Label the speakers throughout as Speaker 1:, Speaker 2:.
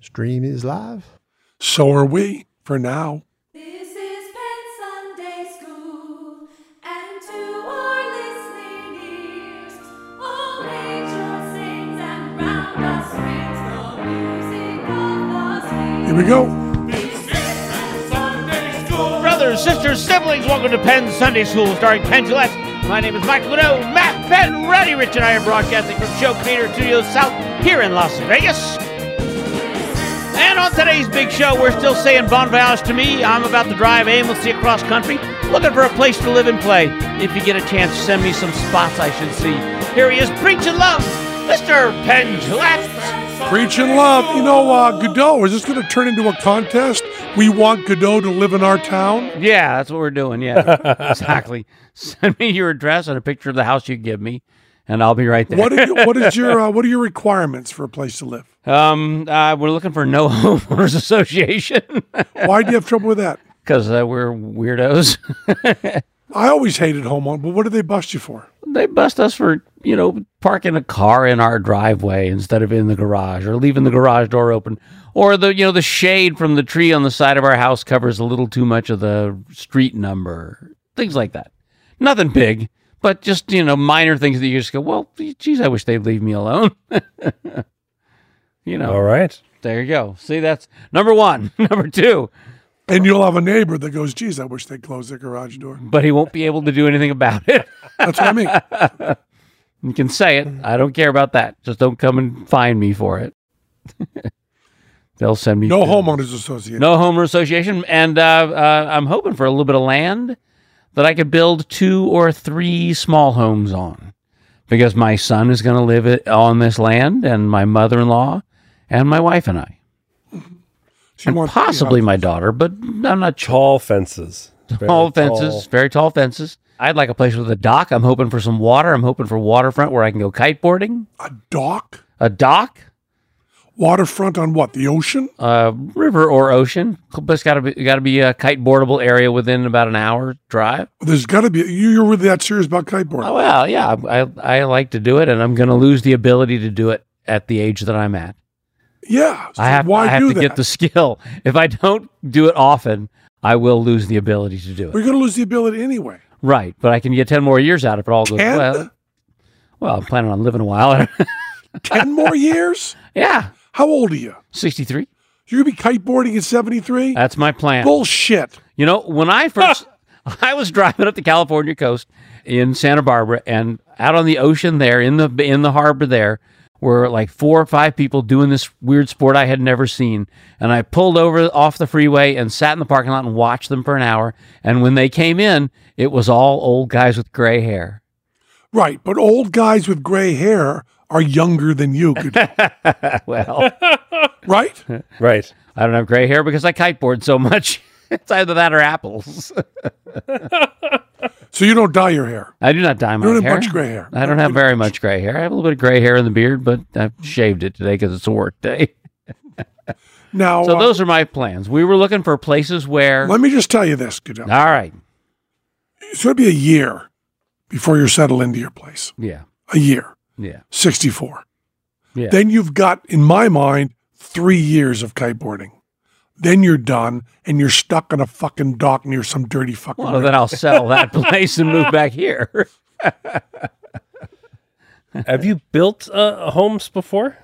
Speaker 1: Stream is live.
Speaker 2: So are we for now.
Speaker 3: This is Penn Sunday School, and to our listening ears, all angels sings and round us rings the music of the sweet.
Speaker 2: Here we go.
Speaker 4: Brothers, sisters, siblings, welcome to Penn Sunday School starring Penn Gillette. My name is Michael Godot, Matt Penn, Roddy Rich, and I are broadcasting from Show Cater Studios South here in Las Vegas. And on today's big show, we're still saying bon voyage to me. I'm about to drive aimlessly across country, looking for a place to live and play. If you get a chance, send me some spots I should see. Here he is, preaching love, Mr. Penn Gillette.
Speaker 2: Preach and love. You know, uh, Godot, is this going to turn into a contest? We want Godot to live in our town?
Speaker 4: Yeah, that's what we're doing. Yeah, exactly. Send me your address and a picture of the house you give me, and I'll be right there.
Speaker 2: What, are you, what is your uh, what are your requirements for a place to live?
Speaker 4: Um, uh, we're looking for no homeowners association
Speaker 2: Why do you have trouble with that?
Speaker 4: because uh, we're weirdos.
Speaker 2: I always hated homeowner, but what do they bust you for?
Speaker 4: they bust us for you know parking a car in our driveway instead of in the garage, or leaving the garage door open, or the you know the shade from the tree on the side of our house covers a little too much of the street number, things like that. Nothing big, but just you know minor things that you just go, well, geez, I wish they'd leave me alone. you know,
Speaker 5: All right.
Speaker 4: there you go. See, that's number one. number two.
Speaker 2: And you'll have a neighbor that goes, geez, I wish they'd close their garage door.
Speaker 4: but he won't be able to do anything about it.
Speaker 2: That's what I mean.
Speaker 4: you can say it. I don't care about that. Just don't come and find me for it. They'll send me
Speaker 2: No
Speaker 4: home,
Speaker 2: homeowners association.
Speaker 4: no homeowner association, and uh, uh, I'm hoping for a little bit of land that I could build two or three small homes on, because my son is going to live it, on this land, and my mother-in-law, and my wife and I,
Speaker 2: So you want three
Speaker 4: possibly
Speaker 2: houses.
Speaker 4: my daughter, but I'm not sure.
Speaker 5: Tall fences. Very
Speaker 4: tall fences, very tall fences. I'd like a place with a dock. I'm hoping for some water. I'm hoping for waterfront where I can go kiteboarding.
Speaker 2: a dock,
Speaker 4: A dock,
Speaker 2: waterfront on what? The ocean?
Speaker 4: uh, river or ocean. But it's got to be got to be a kiteboardable area within about an hour drive.
Speaker 2: There's got to be. You, you're really that serious about kiteboarding?
Speaker 4: Oh, well, yeah, I I like to do it, and I'm going to lose the ability to do it at the age that I'm at.
Speaker 2: yeah. So
Speaker 4: I have
Speaker 2: why
Speaker 4: I have
Speaker 2: do
Speaker 4: to
Speaker 2: that?
Speaker 4: get the skill. If I don't do it often, I will lose the ability to do it.
Speaker 2: We're going to lose the ability anyway.
Speaker 4: Right, but I can get ten more years out if it all goes
Speaker 2: Ten?
Speaker 4: well. Well, I'm planning on living a while.
Speaker 2: Ten more years?
Speaker 4: yeah,
Speaker 2: How old are you?
Speaker 4: sixty three.
Speaker 2: You're going to be kiteboarding at 73?
Speaker 4: That's my plan.
Speaker 2: Bullshit.
Speaker 4: You know, when I first, I was driving up the California coast in Santa Barbara, and out on the ocean there, in the in the harbor there, were like four or five people doing this weird sport I had never seen. And I pulled over off the freeway and sat in the parking lot and watched them for an hour. And when they came in, it was all old guys with gray hair.
Speaker 2: Right. But old guys with gray hair are younger than you, Godot,
Speaker 4: Well,
Speaker 2: right?
Speaker 5: Right.
Speaker 4: I don't have gray hair because I kiteboard so much. It's either that or apples.
Speaker 2: So you don't dye your hair.
Speaker 4: I do not dye my
Speaker 2: You don't
Speaker 4: hair.
Speaker 2: have much gray hair.
Speaker 4: I don't have very much gray hair. I have a little bit of gray hair in the beard, but I've shaved it today because it's a work day.
Speaker 2: Now,
Speaker 4: So
Speaker 2: uh,
Speaker 4: those are my plans. We were looking for places where. All
Speaker 2: let me just tell you this, Godot.
Speaker 4: right.
Speaker 2: It's going to be a year before you're settled into your place.
Speaker 4: Yeah.
Speaker 2: A year.
Speaker 4: Yeah.
Speaker 2: 64.
Speaker 4: Yeah.
Speaker 2: Then you've got, in my mind, three years of kiteboarding. Then you're done and you're stuck on a fucking dock near some dirty fucking.
Speaker 4: Well,
Speaker 2: river.
Speaker 4: then I'll sell that place and move back here.
Speaker 5: Have you built uh, homes before?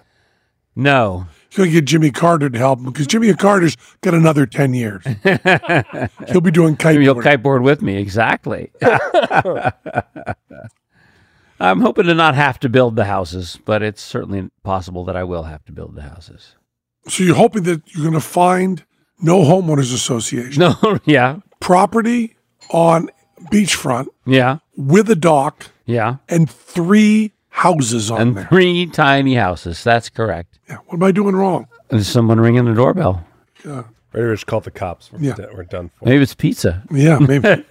Speaker 4: No.
Speaker 2: He's going to get Jimmy Carter to help him because Jimmy Carter's got another 10 years. He'll be doing
Speaker 4: You'll
Speaker 2: kiteboarding.
Speaker 4: kiteboard with me. Exactly. I'm hoping to not have to build the houses, but it's certainly possible that I will have to build the houses.
Speaker 2: so you're hoping that you're going to find no homeowners association,
Speaker 4: No. Yeah.
Speaker 2: property on beachfront
Speaker 4: Yeah.
Speaker 2: with a dock
Speaker 4: Yeah.
Speaker 2: and three houses on
Speaker 4: And
Speaker 2: there.
Speaker 4: three tiny houses. That's correct.
Speaker 2: Yeah, what am I doing wrong?
Speaker 4: There's someone ringing the doorbell.
Speaker 5: Ready to just call the cops. We're,
Speaker 2: Yeah.
Speaker 5: d- we're done for.
Speaker 4: Maybe it's pizza.
Speaker 2: Yeah, maybe.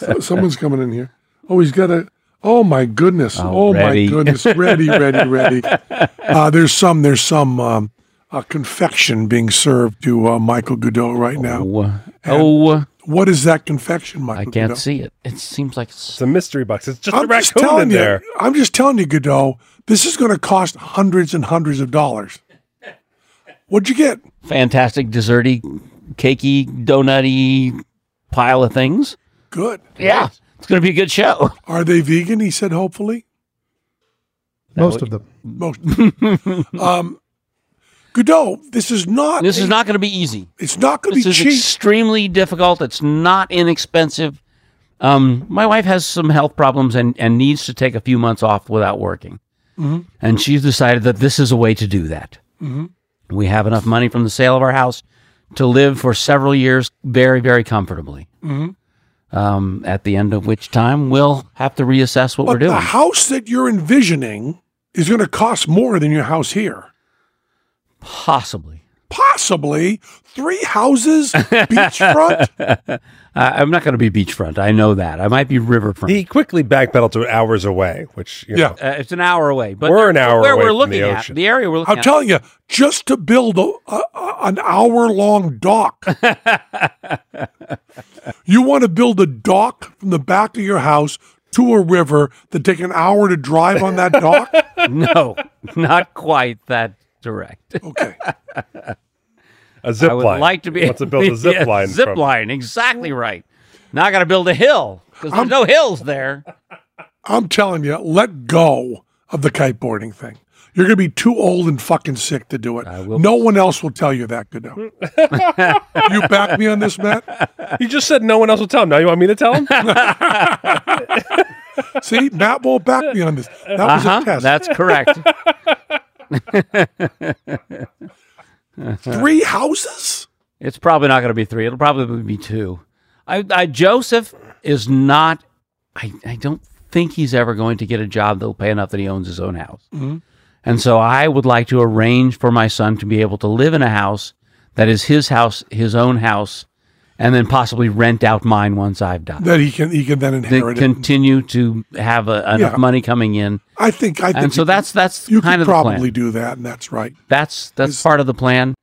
Speaker 2: So- Someone's coming in here. Oh, he's got a. Oh my goodness! Oh, my
Speaker 4: ready.
Speaker 2: goodness! Ready, ready, ready. Uh, there's some. There's some um, uh, confection being served to uh, Michael Godot right now.
Speaker 4: Oh, oh
Speaker 2: What is that confection,
Speaker 4: I
Speaker 2: Michael?
Speaker 4: can't
Speaker 2: Godot?
Speaker 4: see it. It seems like it's
Speaker 5: It's a mystery box. It's just a
Speaker 2: I'm just
Speaker 5: raccoon in
Speaker 2: telling you.
Speaker 5: there.
Speaker 2: I'm just telling you, Godot. This is going to cost hundreds and hundreds of dollars. What'd you get?
Speaker 4: fantastic, desserty, cakey, donutty pile of things.
Speaker 2: Good.
Speaker 4: Yeah, it's going to be a good show.
Speaker 2: Are they vegan? He said, hopefully.
Speaker 1: Most of them.
Speaker 2: Most. um, Godot, this is not.
Speaker 4: This is not going to be easy.
Speaker 2: It's not going
Speaker 4: This
Speaker 2: to be
Speaker 4: is
Speaker 2: cheap.
Speaker 4: extremely difficult. It's not inexpensive. Um, my wife has some health problems and, and needs to take a few months off without working.
Speaker 5: Mm-hmm.
Speaker 4: And she's decided that this is a way to do that. We have enough money from the sale of our house to live for several years very, very comfortably.
Speaker 5: Mm-hmm.
Speaker 4: Um, at the end of which time, we'll have to reassess what
Speaker 2: but
Speaker 4: we're doing.
Speaker 2: the house that you're envisioning is going to cost more than your house here.
Speaker 4: Possibly.
Speaker 2: Possibly three houses, beachfront.
Speaker 4: I, I'm not going to be beachfront. I know that. I might be riverfront.
Speaker 5: He quickly backpedaled to hours away, which you
Speaker 2: Yeah.
Speaker 5: know,
Speaker 4: Uh, it's an hour away, but
Speaker 5: We're an hour
Speaker 4: where
Speaker 5: away
Speaker 4: we're
Speaker 5: from
Speaker 4: looking
Speaker 5: the
Speaker 4: at
Speaker 5: ocean.
Speaker 4: the area we're looking
Speaker 2: I'm
Speaker 4: at.
Speaker 2: telling you, just to build a, a, a- an hour long dock. you want to build a dock from the back of your house to a river that take an hour to drive on that dock?
Speaker 4: no, not quite that direct.
Speaker 2: Okay.
Speaker 5: a zip
Speaker 4: I would
Speaker 5: line.
Speaker 4: like to be
Speaker 5: wants to build a zip
Speaker 4: Yeah,
Speaker 5: line.
Speaker 4: Zip
Speaker 5: from-
Speaker 4: line, exactly right. Now I got to build a hill because there's no hills there.
Speaker 2: I'm telling you, let go of the kiteboarding thing. You're going to be too old and fucking sick to do it. No one else will tell you that, Godot. you back me on this, Matt?
Speaker 5: You just said no one else will tell him. Now you want me to tell him?
Speaker 2: See, Matt won't back me on this. That was a test.
Speaker 4: Uh-huh, That's correct.
Speaker 2: Three houses?
Speaker 4: it's probably not going to be three. It'll probably be two. I, I Joseph is not. I, I don't think he's ever going to get a job that'll pay enough that he owns his own house.
Speaker 2: Mm-hmm.
Speaker 4: And so I would like to arrange for my son to be able to live in a house that is his house, his own house, and then possibly rent out mine once I've died.
Speaker 2: That he can he can then
Speaker 4: They
Speaker 2: inherit it.
Speaker 4: continue to have a, enough
Speaker 2: Yeah.
Speaker 4: money coming in,
Speaker 2: I think I think
Speaker 4: and so
Speaker 2: you
Speaker 4: that's that's
Speaker 2: You
Speaker 4: kind
Speaker 2: could
Speaker 4: of the
Speaker 2: probably
Speaker 4: plan.
Speaker 2: do that, and that's right.
Speaker 4: That's that's part of the plan,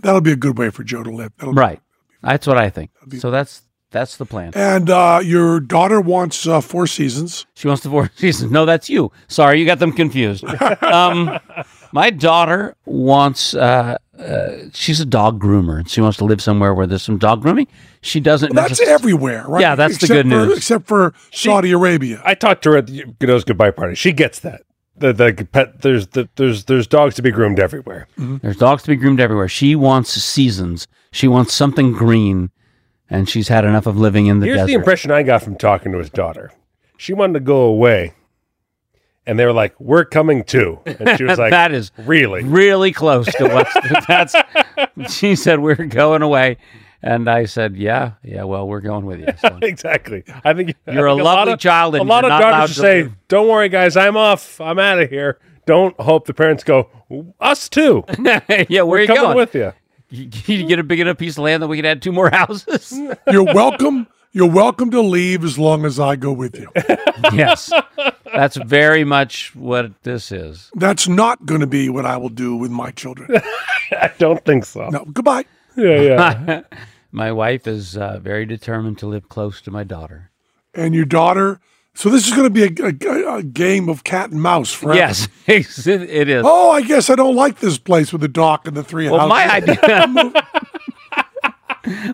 Speaker 2: That'll be a good way for Joe to live. That'll-
Speaker 4: right? That's what I think. So that's that's the plan.
Speaker 2: And uh, your daughter wants uh, four seasons.
Speaker 4: She wants the four seasons. No, that's you. Sorry, you got them confused. um, my daughter wants. Uh, uh, she's a dog groomer, and she wants to live somewhere where there's some dog grooming. She doesn't.
Speaker 2: That's
Speaker 4: necess-
Speaker 2: everywhere, right?
Speaker 4: Yeah, that's the
Speaker 2: Except
Speaker 4: good
Speaker 2: for-
Speaker 4: news.
Speaker 2: Except for Saudi Arabia.
Speaker 5: I talked to her at the Godot's goodbye party. She gets that. The, the pet there's the, there's there's dogs to be groomed everywhere.
Speaker 4: There's dogs to be groomed everywhere. She wants seasons. She wants something green, and she's had enough of living in the
Speaker 5: Here's
Speaker 4: desert.
Speaker 5: the impression I got from talking to his daughter. She wanted to go away, and they were like, "We're coming too." And she was like,
Speaker 4: that is
Speaker 5: really."
Speaker 4: really close to what's that's she said we're going away and i said yeah yeah well we're going with you so.
Speaker 5: Exactly. I think I think
Speaker 4: a lovely
Speaker 5: of-
Speaker 4: child and
Speaker 5: a lot
Speaker 4: you're not
Speaker 5: of
Speaker 4: allowed
Speaker 5: daughters
Speaker 4: to
Speaker 5: say,
Speaker 4: leave.
Speaker 5: "Don't worry, guys, I'm off. I'm out of here." Don't hope the parents go, "Us too."
Speaker 4: yeah where
Speaker 5: We're
Speaker 4: you
Speaker 5: coming
Speaker 4: going
Speaker 5: with you.
Speaker 4: you, you get a big enough piece of land that we could add two more houses
Speaker 2: You're welcome. You're welcome to leave as long as I go with you.
Speaker 4: yes that's very much what this is
Speaker 2: That's not going to be what I will do with my children.
Speaker 5: I don't think so.
Speaker 2: No, goodbye.
Speaker 5: Yeah, yeah.
Speaker 4: my wife is uh, very determined to live close to my daughter
Speaker 2: And your daughter. So this is going to be a, a- a game of cat and mouse, forever.
Speaker 4: yes it's- it it is
Speaker 2: Oh, I guess I don't like this place with the dock and the three houses.
Speaker 4: well my idea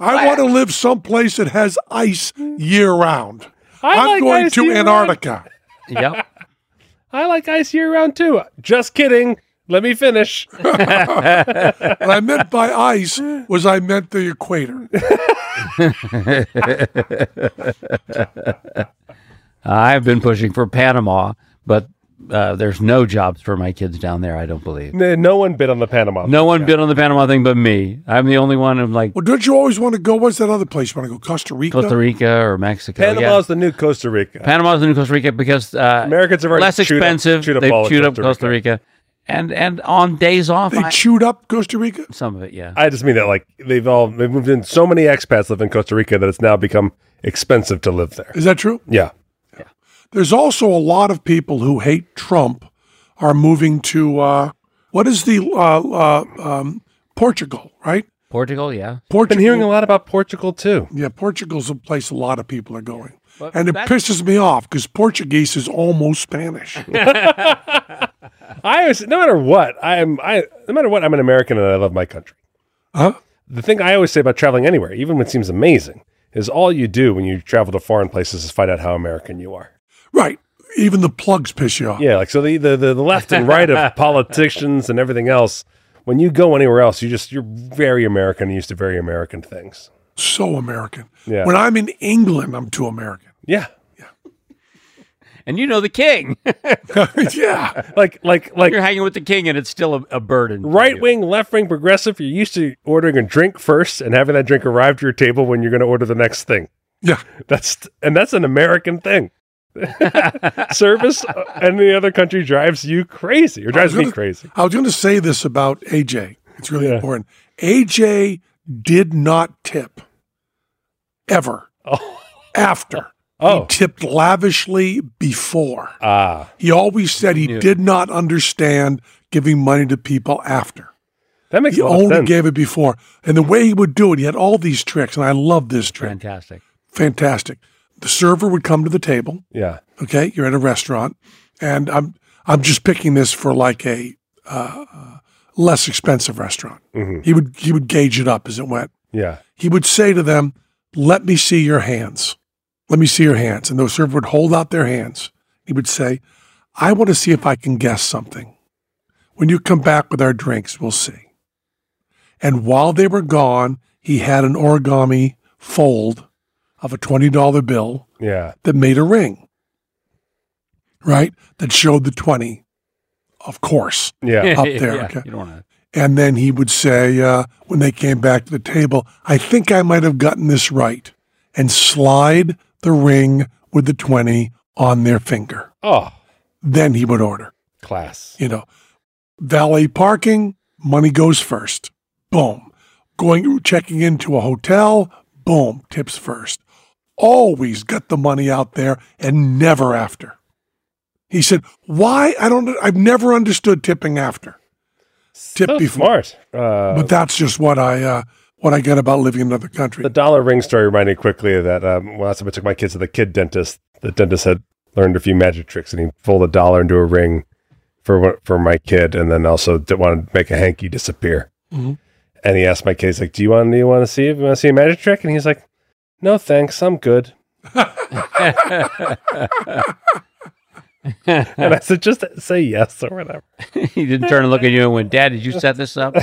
Speaker 2: I want to live someplace that has ice year round.
Speaker 5: I
Speaker 2: I'm
Speaker 5: like
Speaker 2: going
Speaker 5: ice
Speaker 2: to
Speaker 5: year-round.
Speaker 2: Antarctica.
Speaker 4: yep
Speaker 5: I like ice year round too. Just kidding. Let me finish.
Speaker 2: What I meant by ice was I meant the equator.
Speaker 4: i've been pushing for panama but uh, there's no jobs for my kids down there i don't believe
Speaker 5: No no one bid on the Panama.
Speaker 4: No one bid on the Panama thing but me. I'm the only one. I'm like
Speaker 2: Well, don't you always want to go? What's that other place you want to go? Costa Rica?
Speaker 4: Costa Rica or Mexico. yeah.
Speaker 5: Panama's the new Costa Rica.
Speaker 4: Panama's the new Costa Rica because uh,
Speaker 5: Americans have already
Speaker 4: less
Speaker 5: chewed up-
Speaker 4: expensive.
Speaker 5: chewed up
Speaker 4: They've
Speaker 5: all of
Speaker 4: chewed up
Speaker 5: Costa
Speaker 4: Costa Rica. and and on days off,
Speaker 2: They
Speaker 4: I,
Speaker 2: chewed up Costa Rica.
Speaker 4: some of it, yeah.
Speaker 5: I just mean that like they've all they've moved in. So many expats live in Costa Rica that it's now become expensive to live there.
Speaker 2: Is that true?
Speaker 5: Yeah,
Speaker 2: There's also a lot of people who hate Trump are moving to uh, what is the uh, uh, um, Portugal, right?
Speaker 4: Portugal, yeah.
Speaker 5: I've been hearing a lot about Portugal too.
Speaker 2: Yeah, Portugal's a place a lot of people are going.
Speaker 4: But
Speaker 2: and it
Speaker 4: that's-
Speaker 2: pisses me off because Portuguese is almost Spanish.
Speaker 5: I always, no matter what, I am I no matter what, I'm an American and I love my country.
Speaker 2: huh?
Speaker 5: The thing I always say about traveling anywhere, even when it seems amazing, is all you do when you travel to foreign places is find out how American you are.
Speaker 2: Right. Even the plugs piss you off.
Speaker 5: Yeah, like so the the, the, the left and right of politicians and everything else. When you go anywhere else, you just you're very American, and used to very American things.
Speaker 2: So American.
Speaker 5: Yeah.
Speaker 2: When I'm in England, I'm too American.
Speaker 5: Yeah,
Speaker 4: And you know the king.
Speaker 2: yeah.
Speaker 5: like like like
Speaker 4: You're hanging with the king, and it's still a, a burden. for
Speaker 5: right
Speaker 4: you.
Speaker 5: wing, left wing, progressive. You're used to ordering a drink first and having that drink arrive to your table when you're going to order the next thing.
Speaker 2: Yeah.
Speaker 5: That's and that's an American thing. Service uh, any other country drives you crazy or drives me
Speaker 2: gonna-
Speaker 5: crazy.
Speaker 2: I was going to say this about AJ. It's really
Speaker 5: Yeah.
Speaker 2: important. AJ did not tip ever
Speaker 5: Oh,
Speaker 2: after.
Speaker 5: Oh.
Speaker 2: He tipped lavishly before.
Speaker 5: ah,
Speaker 2: He always said he did not understand giving money to people after.
Speaker 5: that makes
Speaker 2: He
Speaker 5: a lot of
Speaker 2: only
Speaker 5: sense.
Speaker 2: gave it before. And the way he would do it, he had all these tricks, and I love this trick.
Speaker 4: Fantastic.
Speaker 2: Fantastic. The server would come to the table.
Speaker 5: yeah,
Speaker 2: Okay, you're at a restaurant, and I'm I'm just picking this for like a uh, less expensive restaurant. He would he would gauge it up as it went.
Speaker 5: yeah.
Speaker 2: He would say to them, "Let me see your hands. Let me see your hands." And the server would hold out their hands. He would say, "I want to see if I can guess something. When you come back with our drinks, we'll see." And while they were gone, he had an origami fold of a twenty dollar bill
Speaker 5: Yeah.
Speaker 2: that made a ring, right? That showed the 20, of course.
Speaker 5: Yeah.
Speaker 2: Up there,
Speaker 4: yeah,
Speaker 2: okay.
Speaker 4: You don't want to.
Speaker 2: And then he would say, uh, when they came back to the table, I think I might have gotten this right, and slide the ring with the 20 on their finger.
Speaker 5: Oh,
Speaker 2: Then he would order,
Speaker 5: class.
Speaker 2: you know, valet parking, money goes first. Boom. Going, checking into a hotel, boom, tips first. Always got the money out there and never after. He said, "Why? I don't. I've never understood tipping after, Tip
Speaker 5: so
Speaker 2: before.
Speaker 5: smart. Uh,
Speaker 2: but that's just what I uh, what I get about living in another country."
Speaker 5: the dollar ring story reminded me quickly of that. Um, last time I took my kids to the kid dentist, the dentist had learned a few magic tricks, and he folded a dollar into a ring for one- for my kid, and then also did, wanted to make a hanky disappear.
Speaker 2: Mhm.
Speaker 5: And he asked my kid, he's like, "Do you want? Do you want to see? You want to see a magic trick?" And he's like, "No, thanks. I'm good." and I said, "Just say yes or whatever."
Speaker 4: he didn't turn and look at you and went, "Dad, did you set this up?"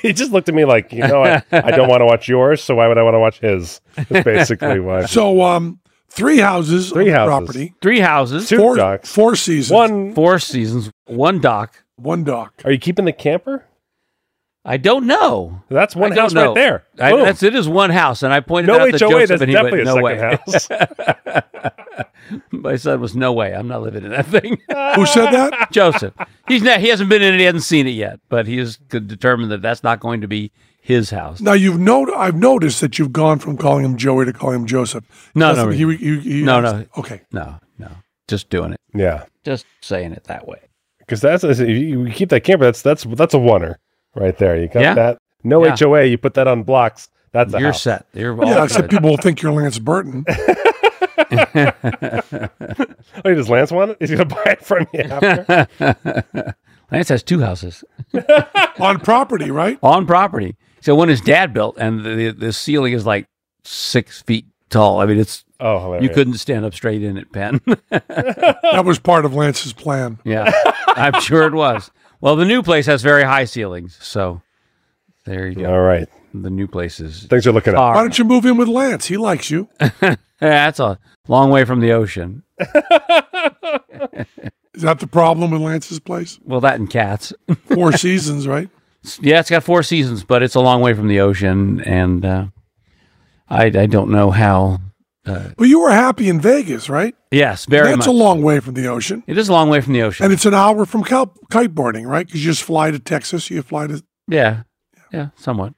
Speaker 5: he just looked at me like, you know, I, I don't want to watch yours, so why would I want to watch his? That's basically why.
Speaker 2: so, um, three houses,
Speaker 5: Three
Speaker 2: on the
Speaker 5: houses.
Speaker 2: property,
Speaker 4: Three houses,
Speaker 5: Two
Speaker 2: four
Speaker 5: ducks.
Speaker 2: four seasons,
Speaker 5: One.
Speaker 4: four seasons, one dock.
Speaker 2: one dock.
Speaker 5: Are you keeping the camper?
Speaker 4: I don't know.
Speaker 5: That's one
Speaker 4: I don't
Speaker 5: house
Speaker 4: know.
Speaker 5: right there.
Speaker 4: I,
Speaker 5: Boom.
Speaker 4: that's it. Is one house, and I pointed
Speaker 5: no
Speaker 4: out the
Speaker 5: HOA.
Speaker 4: jokes
Speaker 5: That's
Speaker 4: of it. and he
Speaker 5: definitely
Speaker 4: went,
Speaker 5: a
Speaker 4: "No
Speaker 5: second
Speaker 4: way."
Speaker 5: house.
Speaker 4: My son was, "No way. I'm not living in that thing."
Speaker 2: Who said that?
Speaker 4: Joseph. He's not. He hasn't been in it. He hasn't seen it yet. But he is determined that that's not going to be his house.
Speaker 2: Now you've no. I've noticed that you've gone from calling him Joey to calling him Joseph.
Speaker 4: No,
Speaker 2: Doesn't-
Speaker 4: no,
Speaker 2: he, you- you-
Speaker 4: No, no.
Speaker 2: Okay,
Speaker 4: No, no. Just doing it.
Speaker 5: yeah,
Speaker 4: Just saying it that way.
Speaker 5: because that's if you you keep that camper. That's that's that's a oneer right there. You got
Speaker 4: Yeah.
Speaker 5: that. No
Speaker 4: Yeah.
Speaker 5: HOA. You put that on blocks. That's a
Speaker 4: You're
Speaker 5: house.
Speaker 4: set. You're all
Speaker 2: yeah.
Speaker 4: good.
Speaker 2: Except people will think you're Lance Burton.
Speaker 5: Oh, does Lance want it? He's gonna buy it from you. After?
Speaker 4: Lance has two houses
Speaker 2: on property, right?
Speaker 4: on property. So one his dad built, and the the ceiling is like six feet tall. I mean, it's
Speaker 5: oh, hilarious.
Speaker 4: you couldn't stand up straight in it, Penn.
Speaker 2: That was part of Lance's plan.
Speaker 4: yeah, I'm sure it was. Well, the new place has very high ceilings, so there you go.
Speaker 5: All right,
Speaker 4: The new place is
Speaker 5: things are looking up.
Speaker 2: Why
Speaker 4: far.
Speaker 2: don't you move in with Lance? He likes you.
Speaker 4: That's a long way from the ocean.
Speaker 2: Is that the problem with Lance's place?
Speaker 4: Well, that and cats.
Speaker 2: Four seasons, right?
Speaker 4: yeah, it's got four seasons, but it's a long way from the ocean, and uh, I, I don't know how
Speaker 2: But you were happy in Vegas, right?
Speaker 4: Yes, very
Speaker 2: That's
Speaker 4: much.
Speaker 2: a long way from the ocean.
Speaker 4: it is a long way from the ocean.
Speaker 2: And it's an hour from kite- kiteboarding, right? Because you just fly to Texas, you fly to,
Speaker 4: yeah, yeah, somewhat.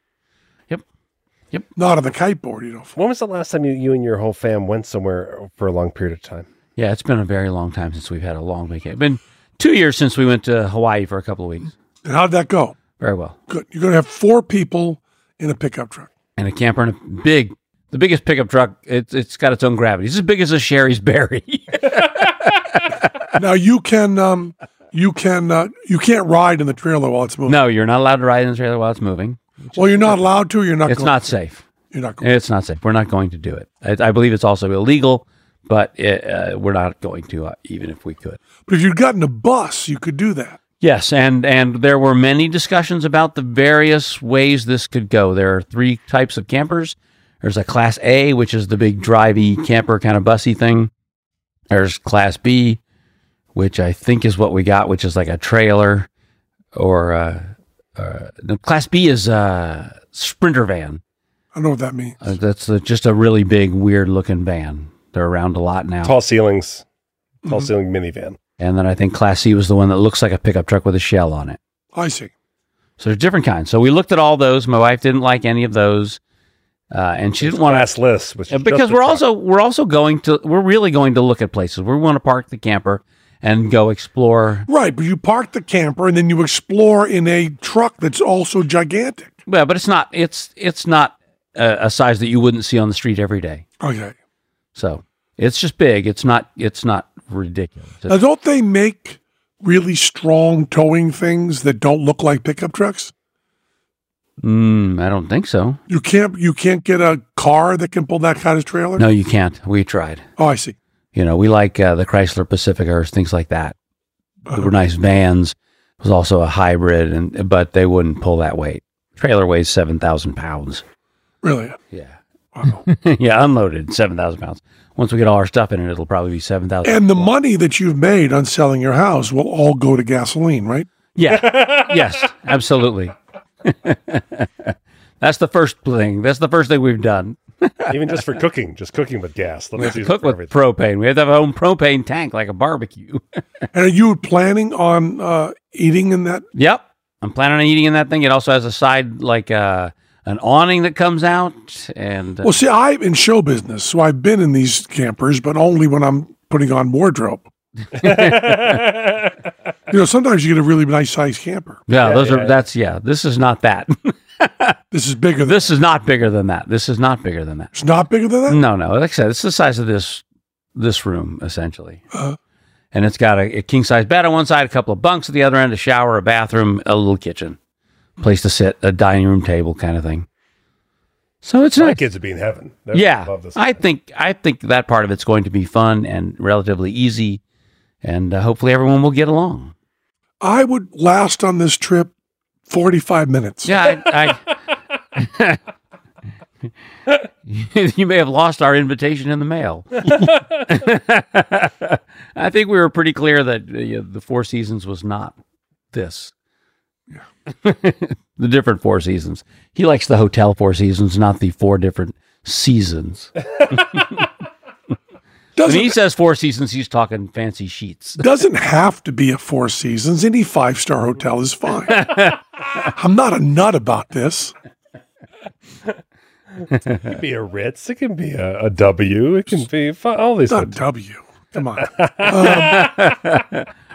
Speaker 2: not on the kiteboard, you know.
Speaker 5: When was the last time you, you and your whole fam went somewhere for a long period of time?
Speaker 4: Yeah, it's been a very long time since we've had a long vacation. It's been two years since we went to Hawaii for a couple of weeks.
Speaker 2: And how'd that go?
Speaker 4: Very well.
Speaker 2: Good. You're going to have four people in a pickup truck.
Speaker 4: and a camper and a big, the biggest pickup truck. It's it's got its own gravity. It's as big as a Sherry's Berry.
Speaker 2: now you can, um, you can, uh, you can't ride in the trailer while it's moving.
Speaker 4: no, you're not allowed to ride in the trailer while it's moving.
Speaker 2: Well, you're not allowed to. You're not.
Speaker 4: It's
Speaker 2: going
Speaker 4: not
Speaker 2: to.
Speaker 4: safe.
Speaker 2: You're not going.
Speaker 4: It's not safe. We're not going to do it. I, I believe it's also illegal, but it, uh, we're not going to, uh, even if we could.
Speaker 2: But if you'd gotten a bus, you could do that.
Speaker 4: Yes, and and there were many discussions about the various ways this could go. There are three types of campers. There's a class A, which is the big drivey camper kind of bussy thing. There's class B, which I think is what we got, which is like a trailer or uh, uh, no, class B is a sprinter van.
Speaker 2: I don't know what that means.
Speaker 4: Uh, that's uh just a really big, weird looking van. They're around a lot now.
Speaker 5: Tall ceilings,
Speaker 4: Mm-hmm.
Speaker 5: tall ceiling minivan.
Speaker 4: And then I think class C was the one that looks like a pickup truck with a shell on it.
Speaker 2: I see.
Speaker 4: So there's different kinds. So we looked at all those. My wife didn't like any of those, uh, and she didn't want
Speaker 5: Last list, which
Speaker 4: to
Speaker 5: is
Speaker 4: because
Speaker 5: just a
Speaker 4: we're
Speaker 5: truck.
Speaker 4: also we're also going to we're really going to look at places. We want to park the camper and go explore.
Speaker 2: Right, but you park the camper and then you explore in a truck that's also gigantic.
Speaker 4: Well, but it's not it's it's not a, a size that you wouldn't see on the street every day.
Speaker 2: Okay.
Speaker 4: So it's just big. It's not it's not ridiculous.
Speaker 5: Uh,
Speaker 2: Now, don't they make really strong towing things that don't look like pickup trucks?
Speaker 4: Mm, I don't think so.
Speaker 2: You can't. You can't get a car that can pull that kind of trailer.
Speaker 4: No, you can't. We tried.
Speaker 2: Oh, I see.
Speaker 4: You know, we like uh, the Chrysler Pacifica or things like that. They
Speaker 2: Uh-huh.
Speaker 4: were nice vans. It was also a hybrid, and but they wouldn't pull that weight. Trailer weighs seven thousand pounds.
Speaker 2: Really?
Speaker 4: Yeah,
Speaker 2: Wow.
Speaker 4: yeah, unloaded seven thousand pounds. Once we get all our stuff in it, it'll probably be seven thousand.
Speaker 2: and the money that you've made on selling your house will all go to gasoline, right?
Speaker 4: Yeah, yes, absolutely. That's the first thing. That's the first thing we've done.
Speaker 5: even just for cooking, just cooking with gas. Let me use it
Speaker 4: Cook
Speaker 5: for
Speaker 4: with
Speaker 5: everything.
Speaker 4: propane. We have to have our own propane tank, like a barbecue.
Speaker 2: And are you planning on uh, eating in that?
Speaker 4: Yep. I'm planning on eating in that thing. It also has a side like uh, an awning that comes out, and uh,
Speaker 2: Well, see, I'm in show business, so I've been in these campers, but only when I'm putting on wardrobe. you know, sometimes you get a really nice sized camper.
Speaker 4: yeah, those are that's yeah. This is not that.
Speaker 2: This is bigger than
Speaker 4: this is not bigger than that. This is not bigger than that.
Speaker 2: It's not bigger than that?
Speaker 4: No, no. Like I said, it's the size of this this room essentially, and it's got a, a king size bed on one side, a couple of bunks at the other end, a shower, a bathroom, a little kitchen, place to sit, a dining room table kind of thing. So it's
Speaker 5: My
Speaker 4: nice.
Speaker 5: kids would be in heaven. They would
Speaker 4: Yeah,
Speaker 5: love this.
Speaker 4: I think I think that part of it's going to be fun and relatively easy, and uh, hopefully everyone will get along.
Speaker 2: I would last on this trip 45 minutes.
Speaker 4: Yeah, I. I you may have lost our invitation in the mail. I think we were pretty clear that uh, the Four Seasons was not this. the different Four Seasons. He likes the hotel Four Seasons, not the four different seasons. When
Speaker 2: Doesn't,
Speaker 4: he says Four Seasons, he's talking fancy sheets.
Speaker 2: doesn't have to be a Four Seasons. Any five star hotel is fine. I'm not a nut about this.
Speaker 5: It can be a Ritz. It can be a, a W. It can be fi- all these.
Speaker 2: It's not a
Speaker 5: Things.
Speaker 2: W. Come on.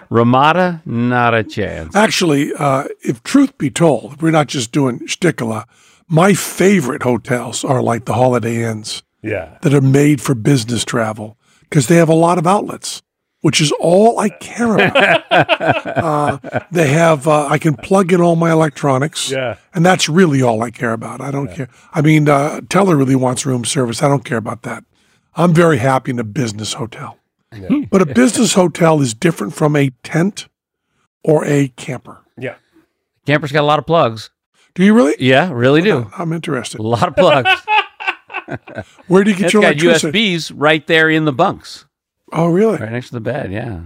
Speaker 4: Ramada, not a chance.
Speaker 2: Actually, uh, if truth be told, if we're not just doing shtickala, my favorite hotels are like the Holiday Inns
Speaker 5: Yeah,
Speaker 2: that are made for business travel because they have a lot of outlets, which is all I care about. uh, they have, uh, I can plug in all my electronics.
Speaker 5: Yeah.
Speaker 2: And that's really all I care about. I don't care. I mean, uh, Teller really wants room service. I don't care about that. I'm very happy in a business hotel.
Speaker 4: Hmm.
Speaker 2: but a business hotel is different from a tent or a camper.
Speaker 5: yeah.
Speaker 4: Camper's got a lot of plugs.
Speaker 2: Do you really?
Speaker 4: Yeah, really do.
Speaker 2: I'm interested.
Speaker 4: A lot of plugs.
Speaker 2: Where do you get
Speaker 4: It's
Speaker 2: your
Speaker 4: got
Speaker 2: electricity?
Speaker 4: USBs right there in the bunks,
Speaker 2: Oh, really?
Speaker 4: right next to the bed. Yeah.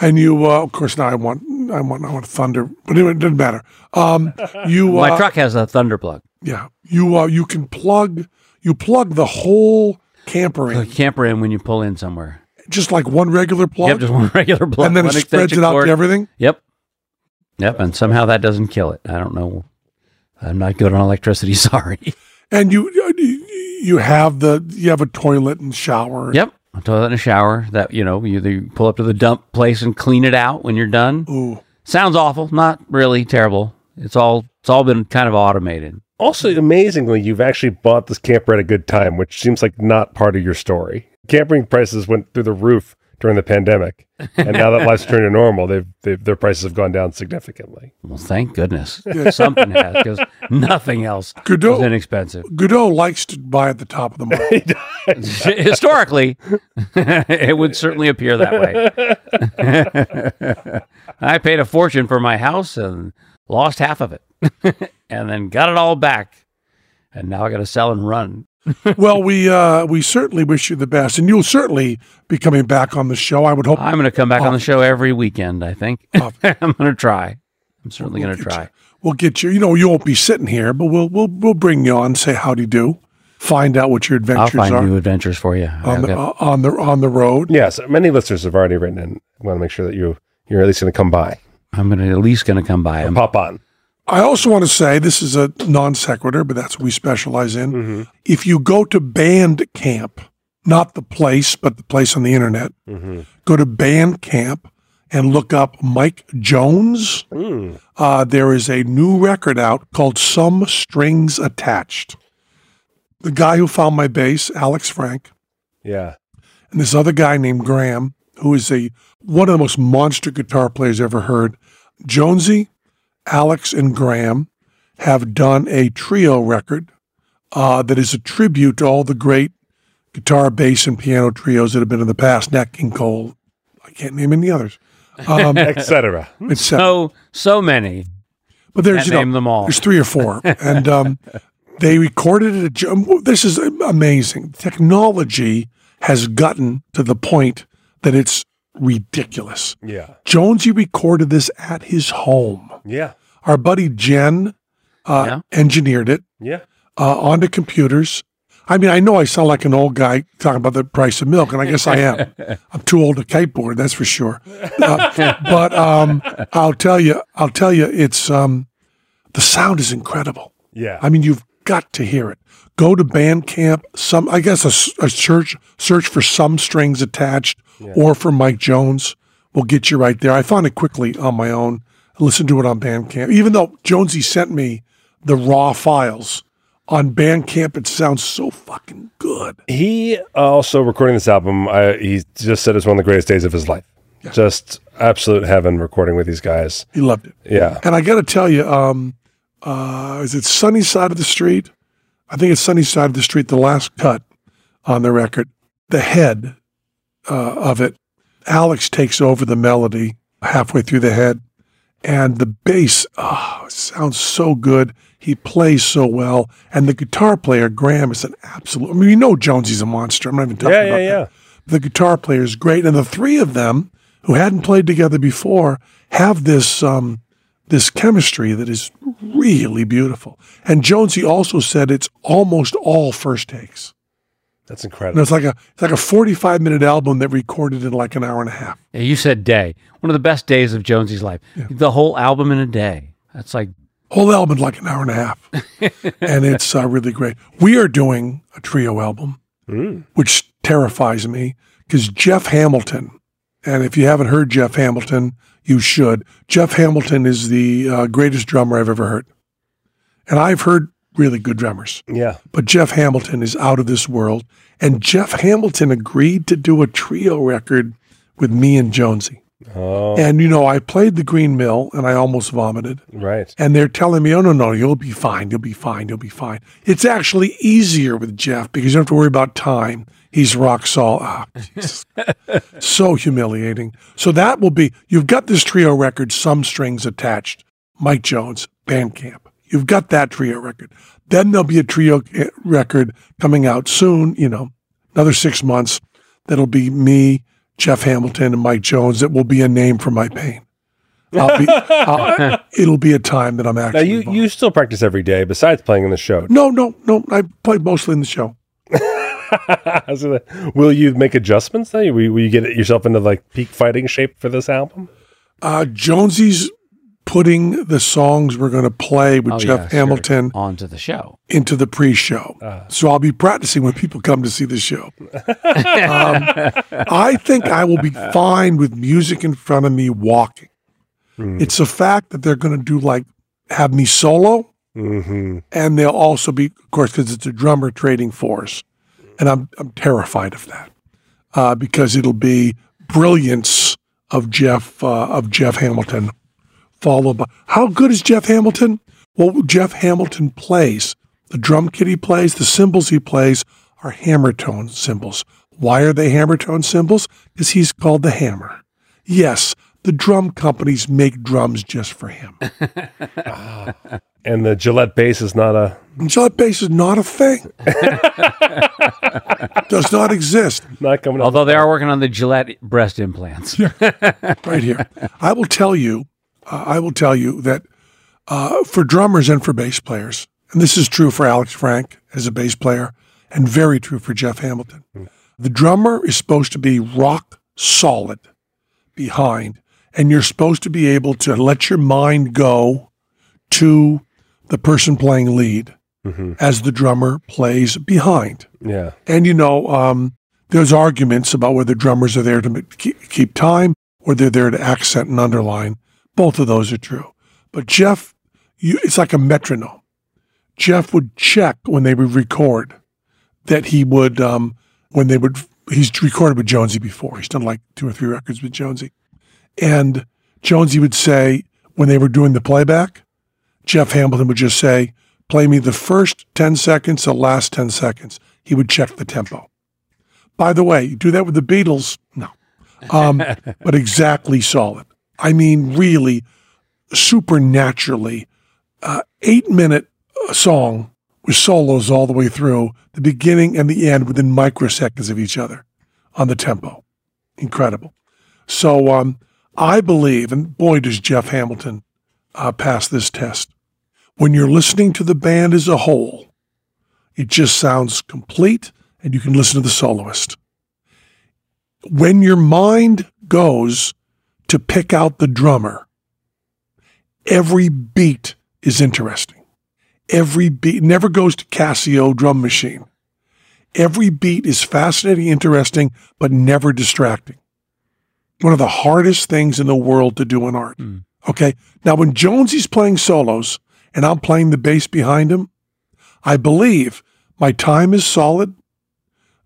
Speaker 2: And you, uh, of course, now I want, I want, I want thunder, but anyway, it doesn't matter. Um, you,
Speaker 4: My
Speaker 2: uh,
Speaker 4: truck has a thunder plug.
Speaker 2: yeah, you, uh, you can plug, you plug the whole camper in,
Speaker 4: camper in when you pull in somewhere.
Speaker 2: just like one regular plug,
Speaker 4: Yep, just one regular plug.
Speaker 2: and then it
Speaker 4: one
Speaker 2: spreads
Speaker 4: extension
Speaker 2: it out
Speaker 4: cord.
Speaker 2: to everything.
Speaker 4: Yep. Yep. And somehow that doesn't kill it. I don't know. I'm not good on electricity. Sorry.
Speaker 2: And you you have the you have a toilet and shower.
Speaker 4: Yep. A toilet and a shower that, you know, you, you pull up to the dump place and clean it out when you're done.
Speaker 2: Ooh,
Speaker 4: Sounds awful. Not really terrible. It's all, it's all been kind of automated.
Speaker 5: Also, amazingly, you've actually bought this camper at a good time, which seems like not part of your story. Camping prices went through the roof during the pandemic, and now that life's turned to normal, they've, they've their prices have gone down significantly.
Speaker 4: Well, thank goodness something has because nothing else
Speaker 2: Good deal.
Speaker 4: was inexpensive.
Speaker 2: Godot likes to buy at the top of the market.
Speaker 4: Historically, it would certainly appear that way. I paid a fortune for my house and lost half of it, and then got it all back, and now I got to sell and run.
Speaker 2: well, we uh, we certainly wish you the best, and you'll certainly be coming back on the show. I would hope.
Speaker 4: I'm going to come back on the show every weekend. I think I'm going to try. I'm certainly going to try.
Speaker 2: We'll get you. You know, you won't be sitting here, but we'll we'll we'll bring you on, say how do you do, find out what your
Speaker 4: I'll
Speaker 2: adventures
Speaker 4: find
Speaker 2: are
Speaker 4: new adventures for you.
Speaker 2: on
Speaker 4: I've
Speaker 2: the
Speaker 4: got-
Speaker 2: uh, on the on the road.
Speaker 5: Yeah, so many listeners have already written in. I want to make sure that you you're at least going to come by,
Speaker 4: I'm going to at least going to come by. I'm-
Speaker 5: pop on.
Speaker 2: I also want to say this is a non sequitur, but that's what we specialize in. If you go to Bandcamp, not the place, but the place on the internet, go to Bandcamp and look up Mike Jones. Uh, there is a new record out called Some Strings Attached. The guy who found my bass, Alex Frank,
Speaker 5: Yeah,
Speaker 2: and this other guy named Graham, who is a one of the most monster guitar players ever heard. Jonesy, Alex, and Graham have done a trio record uh, that is a tribute to all the great guitar, bass, and piano trios that have been in the past. Nat King Cole, I can't name any others, um,
Speaker 5: etc.
Speaker 2: etc.
Speaker 4: so so many.
Speaker 2: But there's
Speaker 4: Can't
Speaker 2: you know,
Speaker 4: name them all.
Speaker 2: There's three or four, and um, they recorded it. At, Ju- this is amazing. Technology has gotten to the point that it's ridiculous.
Speaker 5: yeah,
Speaker 2: Jonesy recorded this at his home.
Speaker 5: yeah,
Speaker 2: Our buddy Jen uh,
Speaker 4: Yeah.
Speaker 2: engineered it
Speaker 5: yeah.
Speaker 2: uh, onto computers. I mean, I know I sound like an old guy talking about the price of milk, and I guess I am. I'm too old to kiteboard, that's for sure. Uh, but um, I'll tell you, I'll tell you, it's um, the sound is incredible.
Speaker 5: Yeah.
Speaker 2: I mean, you've got to hear it. Go to Bandcamp. Some, I guess, a, s- a search search for some strings attached, or for Mike Jones will get you right there. I found it quickly on my own. I listened to it on Bandcamp, even though Jonesy sent me the raw files on Bandcamp. It sounds so fucking good.
Speaker 5: He uh, also recording this album. I, he just said it's one of the greatest days of his life. Just absolute heaven recording with these guys.
Speaker 2: He loved it.
Speaker 5: Yeah,
Speaker 2: And I got to tell you, um, uh, is it Sunny Side of the Street? I think it's Sunny Side of the Street, the last cut on the record. The head uh, of it, Alex takes over the melody halfway through the head. And the bass oh, sounds so good. He plays so well. And the guitar player, Graham, is an absolute. I mean, you know Jonesy's a monster. I'm not even talking
Speaker 5: yeah,
Speaker 2: about
Speaker 5: yeah,
Speaker 2: that
Speaker 5: yeah.
Speaker 2: the guitar player is great, and the three of them who hadn't played together before have this um, this chemistry that is really beautiful. And Jonesy also said it's almost all first takes.
Speaker 5: That's
Speaker 2: And
Speaker 5: incredible.
Speaker 2: it's like a it's like a forty five minute album that recorded in like an hour and a half.
Speaker 4: Yeah, you said day. One of the best days of Jonesy's life. The whole album in a day. That's like
Speaker 2: Whole album in like an hour and a half, and it's uh, really great. We are doing a trio album, which terrifies me because Jeff Hamilton. And if you haven't heard Jeff Hamilton, you should. Jeff Hamilton is the uh, greatest drummer I've ever heard. And I've heard really good drummers,
Speaker 5: yeah,
Speaker 2: but Jeff Hamilton is out of this world. And Jeff Hamilton agreed to do a trio record with me and Jonesy. And, you know, I played the Green Mill and I almost vomited.
Speaker 5: right.
Speaker 2: And they're telling me, oh, no, no, you'll be fine. You'll be fine. You'll be fine. It's actually easier with Jeff because you don't have to worry about time. He's rock solid. Ah, Jesus. so humiliating. So that will be, you've got this trio record, Some Strings Attached, Mike Jones, Bandcamp. You've got that trio record. Then there'll be a trio eh, record coming out soon, you know, another six months. That'll be me, Jeff Hamilton, and Mike Jones. That will be a name for my pain. I'll be, I'll, it'll be a time that I'm
Speaker 5: Now
Speaker 2: actually.
Speaker 5: you
Speaker 2: involved.
Speaker 5: you still practice every day besides playing in the show.
Speaker 2: no, no, no. I played mostly in the show.
Speaker 5: I was gonna- will you make adjustments then? Will, you- will you get yourself into like peak fighting shape for this album?
Speaker 2: Uh, Jonesy's putting the songs we're going to play with
Speaker 4: Oh,
Speaker 2: Jeff
Speaker 4: yeah, sure.
Speaker 2: Hamilton
Speaker 4: Onto the show.
Speaker 2: into the pre-show, so I'll be practicing when people come to see the show. um, I think I will be fine with music in front of me walking. It's a fact that they're going to do like have me solo.
Speaker 5: Mm-hmm.
Speaker 2: and they'll also be, of course, because it's a drummer trading force, and I'm I'm terrified of that uh, because it'll be brilliance of Jeff uh, of Jeff Hamilton, followed by how good is Jeff Hamilton? Well, Jeff Hamilton plays the drum kit he plays, the cymbals he plays are hammer tone cymbals. Why are they hammer tone cymbals? Because he's called the hammer. Yes, the drum companies make drums just for him.
Speaker 5: And the Gillette bass is not a
Speaker 2: Shot bass is not a thing. Does not exist
Speaker 5: not coming up.
Speaker 4: Although they are working on the Gillette breast implants.
Speaker 2: right here. I will tell you, uh, I will tell you that uh, for drummers and for bass players, and this is true for Alex Frank as a bass player, and very true for Jeff Hamilton. The drummer is supposed to be rock solid behind, and you're supposed to be able to let your mind go to the person playing lead as the drummer plays behind.
Speaker 5: Yeah.
Speaker 2: And you know, um, there's arguments about whether drummers are there to ma- keep, keep time or they're there to accent and underline. Both of those are true. But Jeff, you, it's like a metronome. Jeff would check when they would record that he would, um, when they would, he's recorded with Jonesy before. He's done like two or three records with Jonesy. And Jonesy would say, when they were doing the playback, Jeff Hamilton would just say, play me the first 10 seconds, the last 10 seconds. He would check the tempo. By the way, you do that with the Beatles? No. Um, but exactly solid. I mean, really supernaturally. Uh, eight minute uh, song with solos all the way through, the beginning and the end within microseconds of each other on the tempo. Incredible. So um, I believe, and boy, does Jeff Hamilton uh, pass this test. When you're listening to the band as a whole, it just sounds complete and you can listen to the soloist. When your mind goes to pick out the drummer, every beat is interesting. Every beat it never goes to Casio drum machine. Every beat is fascinating, interesting, but never distracting. One of the hardest things in the world to do in art. Okay. Now, when Jonesy's playing solos and I'm playing the bass behind him, I believe my time is solid,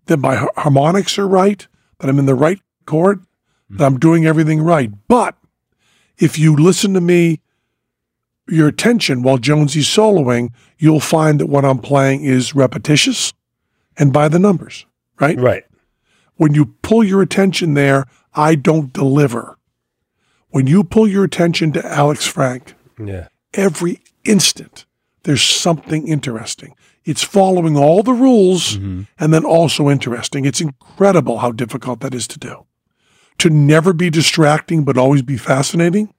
Speaker 2: that my har- harmonics are right, that I'm in the right chord, that I'm doing everything right. But if you listen to me, your attention while Jonesy's soloing, you'll find that what I'm playing is repetitious and by the numbers, right?
Speaker 5: Right.
Speaker 2: When you pull your attention there, I don't deliver. When you pull your attention to Alex Frank,
Speaker 5: Yeah.
Speaker 2: every instant there's something interesting. It's following all the rules and then also interesting. It's incredible how difficult that is to do. To never be distracting but always be fascinating,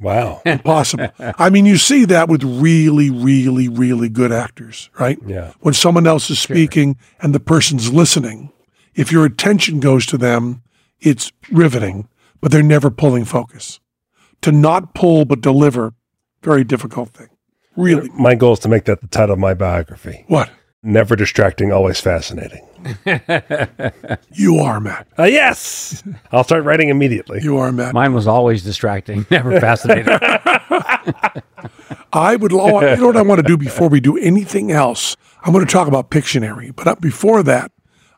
Speaker 5: Wow.
Speaker 2: impossible. I mean, you see that with really, really, really good actors, right?
Speaker 5: Yeah.
Speaker 2: When someone else is speaking and the person's listening, if your attention goes to them, it's riveting, but they're never pulling focus. To not pull but deliver, very difficult thing. Really.
Speaker 5: My goal is to make that the title of my biography.
Speaker 2: What?
Speaker 5: Never distracting, always fascinating.
Speaker 2: You are, Matt.
Speaker 5: Uh, yes. I'll start writing immediately.
Speaker 2: You are, Matt.
Speaker 4: Mine was always distracting, never fascinating.
Speaker 2: I would, lo- you know what I want to do before we do anything else? I'm going to talk about Pictionary. But uh, before that,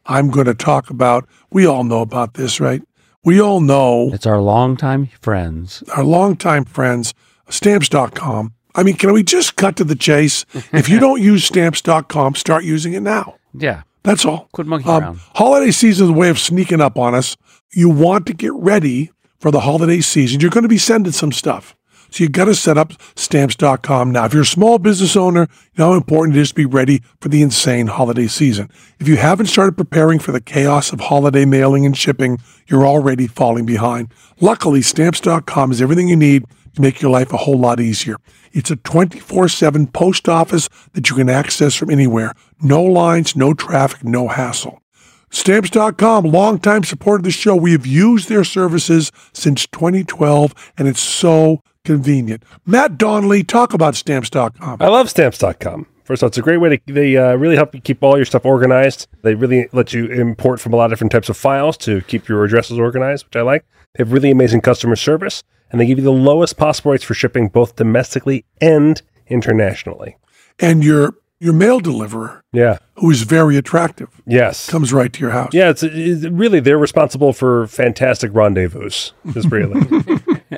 Speaker 2: I'm going to talk about, we all know about this, right? We all know
Speaker 4: it's our longtime friends.
Speaker 2: our longtime friends, stamps.com. I mean, can we just cut to the chase? If you don't use stamps.com, start using it now.
Speaker 4: Yeah.
Speaker 2: That's all. Um,
Speaker 4: Quit monkeying around.
Speaker 2: Holiday season is a way of sneaking up on us. You want to get ready for the holiday season. You're going to be sending some stuff. So you got to set up stamps.com now. If you're a small business owner, you know how important it is to be ready for the insane holiday season. If you haven't started preparing for the chaos of holiday mailing and shipping, you're already falling behind. Luckily, stamps.com is everything you need to make your life a whole lot easier. It's a 24 7 post office that you can access from anywhere. No lines, no traffic, no hassle. Stamps.com, longtime supporter of the show. We have used their services since 2012, and it's so convenient. Matt Donnelly, talk about Stamps.com.
Speaker 5: I love stamps.com. First of all, it's a great way to, they uh, really help you keep all your stuff organized. They really let you import from a lot of different types of files to keep your addresses organized, which I like. They have really amazing customer service, and they give you the lowest possible rates for shipping both domestically and internationally.
Speaker 2: And your your mail deliverer,
Speaker 5: Yeah.
Speaker 2: who is very attractive,
Speaker 5: Yes.
Speaker 2: comes right to your house.
Speaker 5: Yeah, it's, it's really they're responsible for fantastic rendezvous. Is really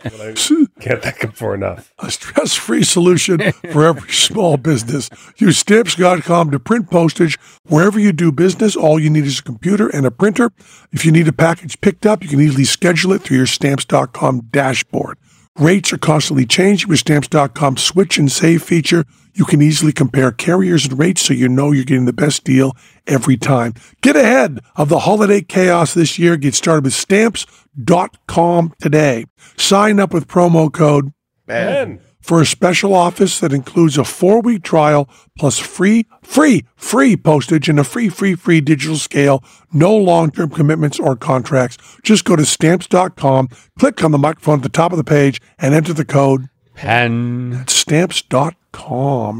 Speaker 5: can't thank them for enough.
Speaker 2: a stress free solution for every small business. Use stamps.com to print postage wherever you do business. All you need is a computer and a printer. If you need a package picked up, you can easily schedule it through your stamps.com dashboard. Rates are constantly changing with stamps.com switch and save feature. You can easily compare carriers and rates so you know you're getting the best deal every time. Get ahead of the holiday chaos this year. Get started with stamps.com today. Sign up with promo code
Speaker 5: Ben,
Speaker 2: for a special office that includes a four-week trial plus free, free, free postage and a free, free, free digital scale. No long-term commitments or contracts. Just go to stamps.com, click on the microphone at the top of the page, and enter the code
Speaker 4: Pen.
Speaker 2: stamps.com.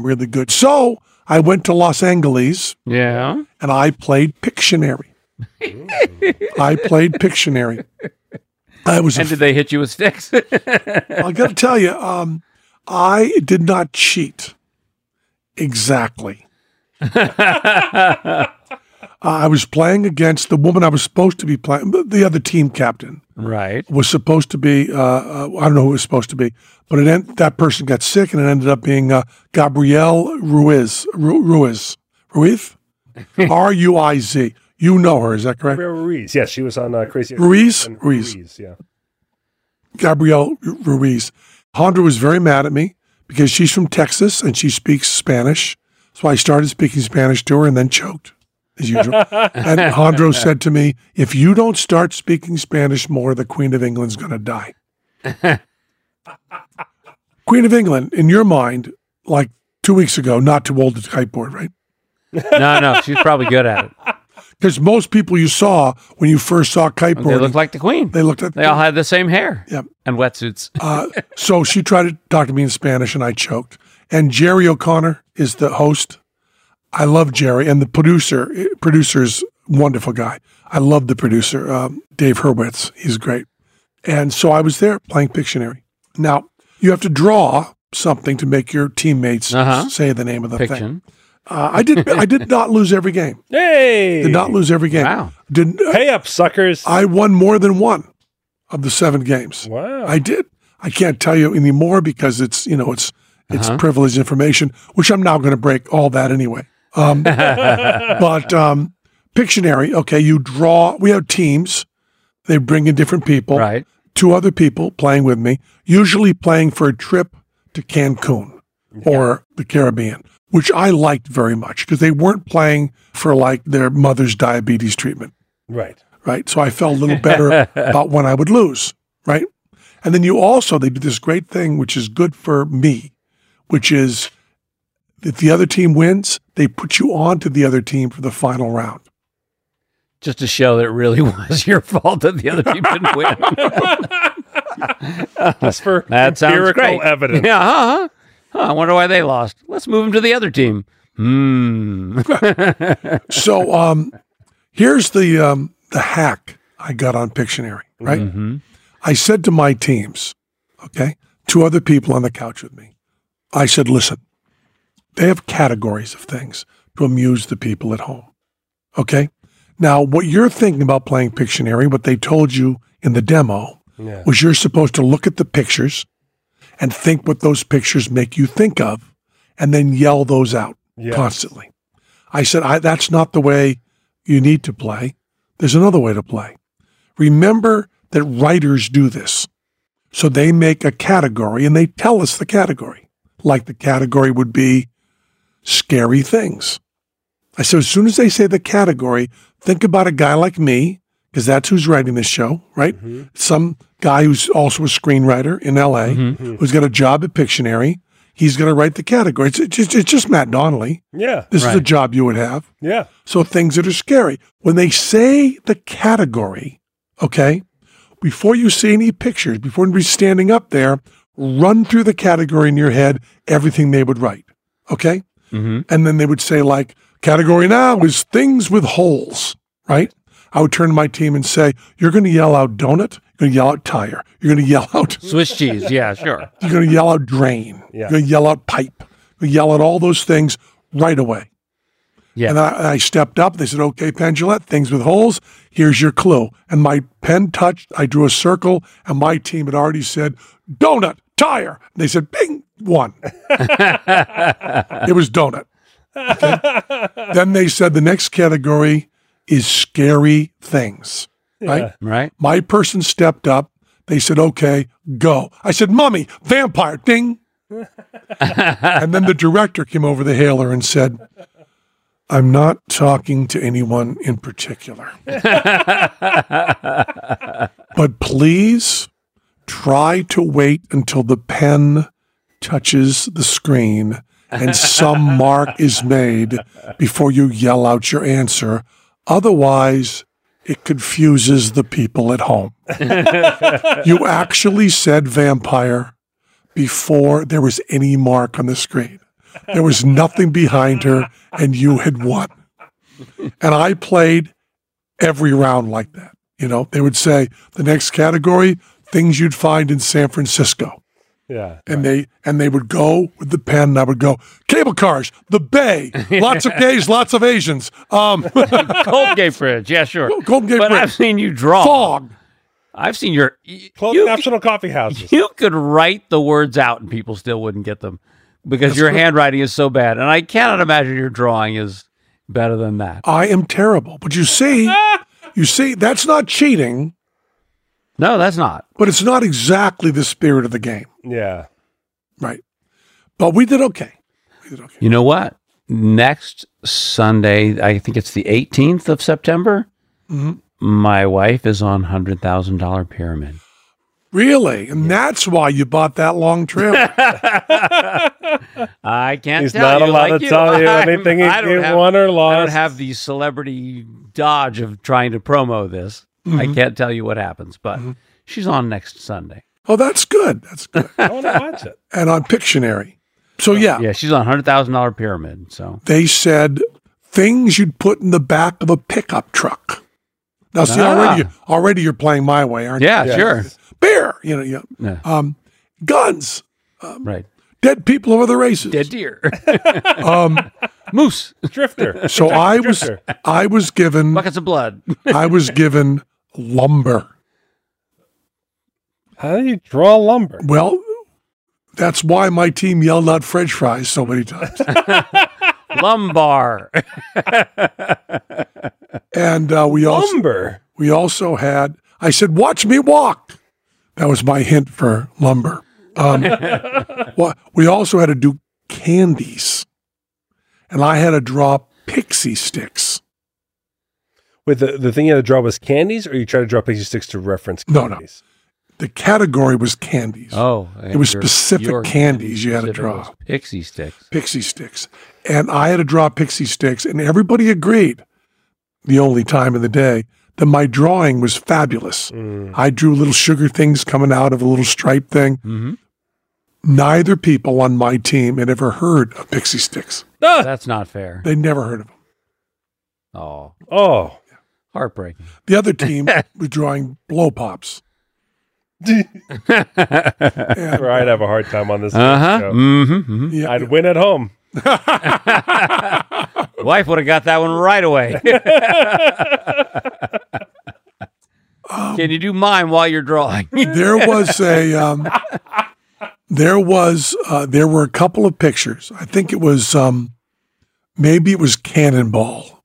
Speaker 2: Really good. So I went to Los Angeles
Speaker 4: Yeah.
Speaker 2: and I played Pictionary. I played Pictionary. I was a
Speaker 4: And did they hit you with sticks?
Speaker 2: I got to tell you, um, I did not cheat. Exactly. I was playing against the woman I was supposed to be playing. The other team captain
Speaker 4: right.
Speaker 2: was supposed to be, uh, uh, I don't know who it was supposed to be, but it en- that person got sick and it ended up being uh, Gabrielle Ruiz. Ru- Ruiz. Ruiz? R U I Z. You know her, is that correct?
Speaker 5: Gabriel Ruiz. Yes, she was on uh, Crazy.
Speaker 2: Ruiz?
Speaker 5: and
Speaker 2: Ruiz.
Speaker 5: Yeah.
Speaker 2: Gabrielle Ru- Ruiz. Honda was very mad at me because she's from Texas and she speaks Spanish. So I started speaking Spanish to her and then choked, as usual. and Hondro said to me, If you don't start speaking Spanish more, the Queen of England's going to die. Queen of England, in your mind, like two weeks ago, not too old to kiteboard, right?
Speaker 4: No, no. She's probably good at it.
Speaker 2: Because most people you saw when you first saw kiteboarding,
Speaker 4: They look like the queen.
Speaker 2: they looked at
Speaker 4: They all had the same hair.
Speaker 2: Yep.
Speaker 4: And wetsuits.
Speaker 2: Uh, so she tried to talk to me in Spanish, and I choked. And Jerry O'Connor is the host. I love Jerry, and the producer producer's wonderful guy. I love the producer, um, Dave Hurwitz. He's great. And so I was there playing Pictionary. Now you have to draw something to make your teammates
Speaker 4: Uh-huh.
Speaker 2: say the name of the thing.
Speaker 4: Fiction.
Speaker 2: Uh, I did. I did not lose every game.
Speaker 5: Hey,
Speaker 2: Did not lose every game.
Speaker 4: Wow.
Speaker 2: Did
Speaker 5: pay up, suckers.
Speaker 2: I won more than one of the seven games.
Speaker 5: wow.
Speaker 2: I did. I can't tell you anymore because it's you know it's it's privileged information, which I'm now going to break all that anyway. Um, but um, Pictionary, okay, you draw. We have teams. They bring in different people,
Speaker 4: Right.
Speaker 2: two other people playing with me, usually playing for a trip to Cancun or the Caribbean, which I liked very much because they weren't playing for like their mother's diabetes treatment
Speaker 5: right.
Speaker 2: right? So I felt a little better about when I would lose, right? And then you also, they do this great thing, which is good for me, which is if the other team wins, they put you on to the other team for the final round.
Speaker 4: Just to show that it really was your fault that the other team didn't win.
Speaker 5: That's for
Speaker 4: That sounds
Speaker 5: empirical
Speaker 4: great.
Speaker 5: evidence.
Speaker 4: Yeah, huh, huh? Huh, I wonder why they lost. Let's move them to the other team. Hmm.
Speaker 2: So um, here's the um, the hack I got on Pictionary, right? I said to my teams, okay, two other people on the couch with me, I said, listen, they have categories of things to amuse the people at home, okay? Now, what you're thinking about playing Pictionary, what they told you in the demo was you're supposed to look at the pictures and think what those pictures make you think of and then yell those out
Speaker 5: Yes.
Speaker 2: constantly. I said, I, that's not the way you need to play. There's another way to play. Remember that writers do this. So they make a category and they tell us the category. Like the category would be scary things. I said, as soon as they say the category, think about a guy like me because that's who's writing this show, right? Some guy who's also a screenwriter in LA who's got a job at Pictionary. He's going to write the category. It's, it's, just, it's just Matt Donnelly.
Speaker 5: Yeah.
Speaker 2: This is a job you would have.
Speaker 5: Yeah.
Speaker 2: So things that are scary. When they say the category, okay, before you see any pictures, before anybody's standing up there, run through the category in your head, everything they would write. Okay? And then they would say, like, category now is things with holes, right? I would turn to my team and say, You're gonna yell out donut, you're gonna yell out tire, you're gonna yell out
Speaker 4: Swiss cheese. Yeah, sure.
Speaker 2: you're going to yell out drain.
Speaker 5: Yeah.
Speaker 2: You're going to yell out pipe. You yell out all those things right away.
Speaker 4: Yeah.
Speaker 2: And I, and I stepped up. They said, "Okay, Pendulette, things with holes. Here's your clue." And my pen touched. I drew a circle, and my team had already said, "Donut tire." And they said, "Bing, one." it was donut. Okay? then they said the next category is scary things. Right.
Speaker 4: Right?
Speaker 2: My person stepped up. They said, okay, go. I said, Mummy, vampire, ding. and then the director came over the hailer and said, I'm not talking to anyone in particular. but please try to wait until the pen touches the screen and some mark is made before you yell out your answer. Otherwise, it confuses the people at home. you actually said vampire before there was any mark on the screen. There was nothing behind her, and you had won. And I played every round like that. You know, they would say the next category things you'd find in San Francisco.
Speaker 5: Yeah.
Speaker 2: And they and they would go with the pen and I would go, cable cars, the bay, lots of gays, lots of Asians. Um
Speaker 4: Cold Gate Fridge. Yeah, sure.
Speaker 2: Golden Gate
Speaker 4: but
Speaker 2: Bridge.
Speaker 4: I've seen you draw.
Speaker 2: fog.
Speaker 4: I've seen your. y-
Speaker 5: Close
Speaker 4: you,
Speaker 5: national coffee houses.
Speaker 4: you could write the words out and people still wouldn't get them because your handwriting is so bad. And I cannot imagine your drawing is better than that.
Speaker 2: I am terrible. But you see, you see, that's not cheating,
Speaker 4: No, that's not.
Speaker 2: but it's not exactly the spirit of the game,
Speaker 5: Yeah.
Speaker 2: right? But we did okay. We did okay.
Speaker 4: You know what? Next Sunday, I think it's the 18th of September, my wife is on $100,000 Pyramid.
Speaker 2: Really? And that's why you bought that long trailer.
Speaker 4: I can't
Speaker 5: He's
Speaker 4: tell
Speaker 5: not
Speaker 4: you
Speaker 5: allowed
Speaker 4: like
Speaker 5: to tell you
Speaker 4: I'm-
Speaker 5: anything
Speaker 4: I don't
Speaker 5: he
Speaker 4: have-
Speaker 5: won or
Speaker 4: I don't
Speaker 5: lost.
Speaker 4: have the celebrity dodge of trying to promo this.
Speaker 5: Mm-hmm.
Speaker 4: I can't tell you what happens, but she's on next Sunday.
Speaker 2: oh, that's good. That's good.
Speaker 5: I want to watch it.
Speaker 2: And on Pictionary. So yeah,
Speaker 4: Oh, Yeah, she's on $100,000 Pyramid. So
Speaker 2: they said things you'd put in the back of a pickup truck. Now see already you already you're playing my way, aren't
Speaker 4: Ah. Yeah,
Speaker 2: you?
Speaker 4: sure.
Speaker 2: Beer, you know, yeah.
Speaker 4: Yeah.
Speaker 2: Um guns,
Speaker 5: Um,
Speaker 4: Right.
Speaker 2: dead people of other races.
Speaker 4: Dead deer.
Speaker 5: um,
Speaker 4: Moose.
Speaker 5: Drifter.
Speaker 2: So I was
Speaker 5: Drifter.
Speaker 2: I was given
Speaker 4: Buckets of blood.
Speaker 2: I was given lumber.
Speaker 5: How do you draw lumber?
Speaker 2: Well, that's why my team yelled out French fries so many times.
Speaker 4: Lumbar.
Speaker 2: And uh, we also
Speaker 5: Lumber.
Speaker 2: we also had. I said, "Watch me walk." That was my hint for lumber. Um, wha- we also had to do candies, and I had to draw pixie sticks.
Speaker 5: Wait, the, the thing you had to draw was candies, or you try to draw pixie sticks to reference
Speaker 2: No, no.
Speaker 5: candies?
Speaker 2: The category was candies.
Speaker 4: Oh.
Speaker 2: It was specific candies you had to draw.
Speaker 4: was Pixie sticks.
Speaker 2: pixie sticks. And I had to draw pixie sticks, and everybody agreed the only time in the day that my drawing was fabulous. I drew little sugar things coming out of a little stripe thing. Neither people on my team had ever heard of pixie sticks.
Speaker 4: That's not fair.
Speaker 2: They never heard of them.
Speaker 4: Oh,
Speaker 5: Oh.
Speaker 4: heartbreaking.
Speaker 2: The other team was drawing blow pops. And,
Speaker 5: Sure, I'd have a hard time on this
Speaker 4: Uh
Speaker 2: Uh-huh.
Speaker 4: huh.
Speaker 5: show.
Speaker 4: Mm-hmm.
Speaker 2: yeah,
Speaker 5: I'd win at home.
Speaker 4: Wife would have got that one right away. Can you do mine while you're drawing?
Speaker 2: there was a um, there was uh, there were a couple of pictures. I think it was um, maybe it was Cannonball,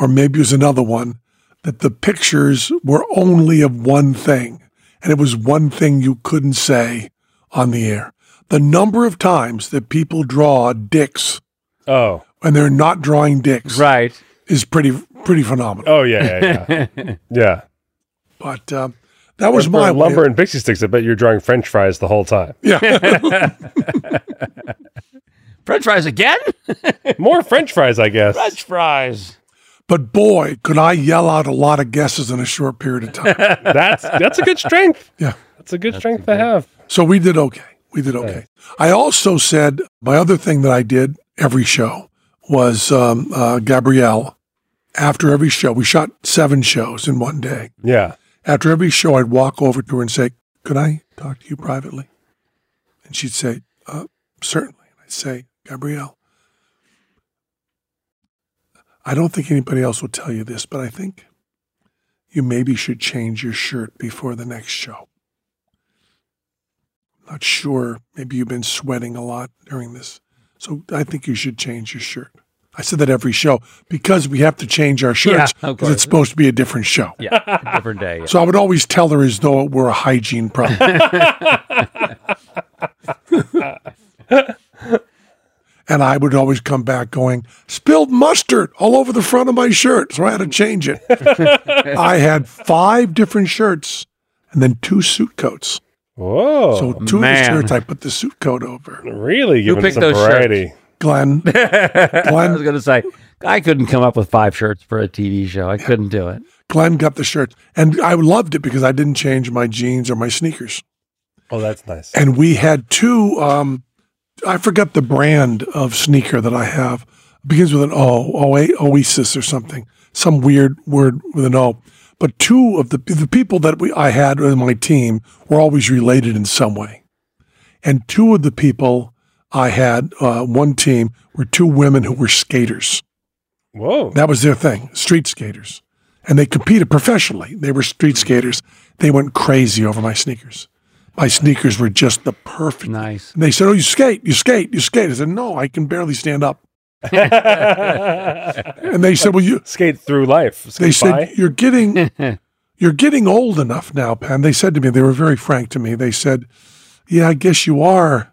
Speaker 2: or maybe it was another one that the pictures were only of one thing, and it was one thing you couldn't say on the air. The number of times that people draw dicks
Speaker 5: Oh.
Speaker 2: when they're not drawing dicks
Speaker 4: right.
Speaker 2: is pretty pretty phenomenal.
Speaker 5: Oh yeah, yeah, yeah. yeah.
Speaker 2: But um, that was
Speaker 5: For
Speaker 2: my way
Speaker 5: lumber
Speaker 2: of-
Speaker 5: and pixie sticks. I bet you're drawing French fries the whole time.
Speaker 2: yeah.
Speaker 4: French fries again?
Speaker 5: More French fries, I guess.
Speaker 4: French fries.
Speaker 2: but boy, could I yell out a lot of guesses in a short period of time.
Speaker 5: That's that's a good strength.
Speaker 2: Yeah.
Speaker 5: That's a good strength to have.
Speaker 2: So we did okay. We did okay. I also said my other thing that I did every show was um, uh, Gabrielle. After every show, we shot seven shows in one day.
Speaker 5: Yeah.
Speaker 2: After every show, I'd walk over to her and say, Could I talk to you privately? And she'd say, uh, Certainly. And I'd say, Gabrielle, I don't think anybody else will tell you this, but I think you maybe should change your shirt before the next show. Not sure. Maybe you've been sweating a lot during this. So I think you should change your shirt. I said that every show because we have to change our shirts
Speaker 4: of
Speaker 2: because
Speaker 4: course.
Speaker 2: it's supposed to be a different show.
Speaker 4: Yeah, different day. yeah.
Speaker 2: So I would always tell her as though it were a hygiene problem. and I would always come back going, spilled mustard all over the front of my shirt. So I had to change it. I had five different shirts and then two suit coats.
Speaker 5: Whoa.
Speaker 2: So two
Speaker 4: man.
Speaker 2: of the shirts I put the suit coat over.
Speaker 5: really giving
Speaker 4: picked
Speaker 5: some
Speaker 4: those
Speaker 5: variety.
Speaker 2: Glenn,
Speaker 4: I was
Speaker 2: Glenn,
Speaker 4: going to say, I couldn't come up with five shirts for a TV show. I couldn't do it.
Speaker 2: Glenn got the shirt. And I loved it because I didn't change my jeans or my sneakers.
Speaker 5: Oh, that's nice.
Speaker 2: and we had two um i forgot the brand of sneaker that i have It begins with an o o-a oasis or something some weird word with an o but two of the the people that we i had in my team were always related in some way and two of the people i had uh, one team were two women who were skaters
Speaker 5: Whoa.
Speaker 2: that was their thing street skaters and they competed professionally they were
Speaker 4: Mm.
Speaker 2: street skaters they went crazy over my sneakers my sneakers were just the perfect
Speaker 4: Nice.
Speaker 2: and they said, Oh, you skate, you skate, you skate. I said, No, I can barely stand up. and they said, Well, you,
Speaker 5: Skate through life. Skate
Speaker 2: they
Speaker 5: by.
Speaker 2: said, You're getting, you're getting old enough now, Pam. They said to me, They were very frank to me. They said, Yeah, I guess you are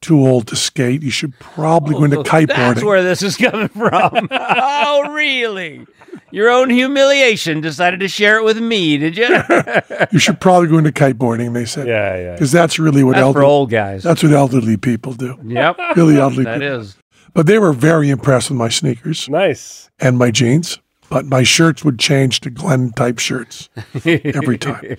Speaker 2: too old to skate. You should probably go into
Speaker 4: Oh, That's
Speaker 2: kiteboarding.
Speaker 4: where this is coming from. oh, really? Your own humiliation decided to share it with me, did you? That's
Speaker 2: you should probably go into kiteboarding, they said.
Speaker 5: yeah, yeah.
Speaker 2: Because that's really what
Speaker 4: for
Speaker 2: elderly,
Speaker 4: old guys.
Speaker 2: that's what elderly people do.
Speaker 4: yep,
Speaker 2: Really elderly
Speaker 4: that
Speaker 2: people.
Speaker 4: is.
Speaker 2: But they were very impressed with my sneakers.
Speaker 5: Nice.
Speaker 2: and my jeans, but my shirts would change to Glenn type shirts every time.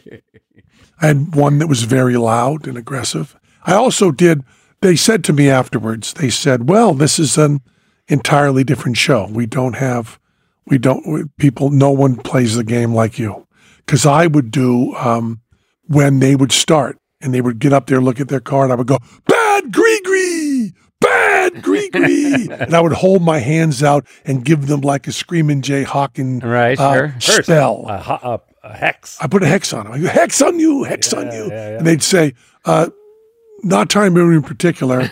Speaker 2: I had one that was very loud and aggressive. I also did, they said to me afterwards, they said, well, this is an entirely different show. We don't have, we don't, we, people, no one plays the game like you. Cause I would do, um, when they would start and they would get up there, look at their card, I would go, bad gree gree, bad gree gree. and I would hold my hands out and give them like a screaming Jay Hawking
Speaker 4: Right,
Speaker 2: uh,
Speaker 4: sure.
Speaker 5: Curse.
Speaker 2: spell.
Speaker 5: A, ho- a, a hex.
Speaker 2: I put a hex on them. I go, hex on you, hex on you.
Speaker 5: yeah, yeah.
Speaker 2: And they'd say, uh, not trying to be in particular,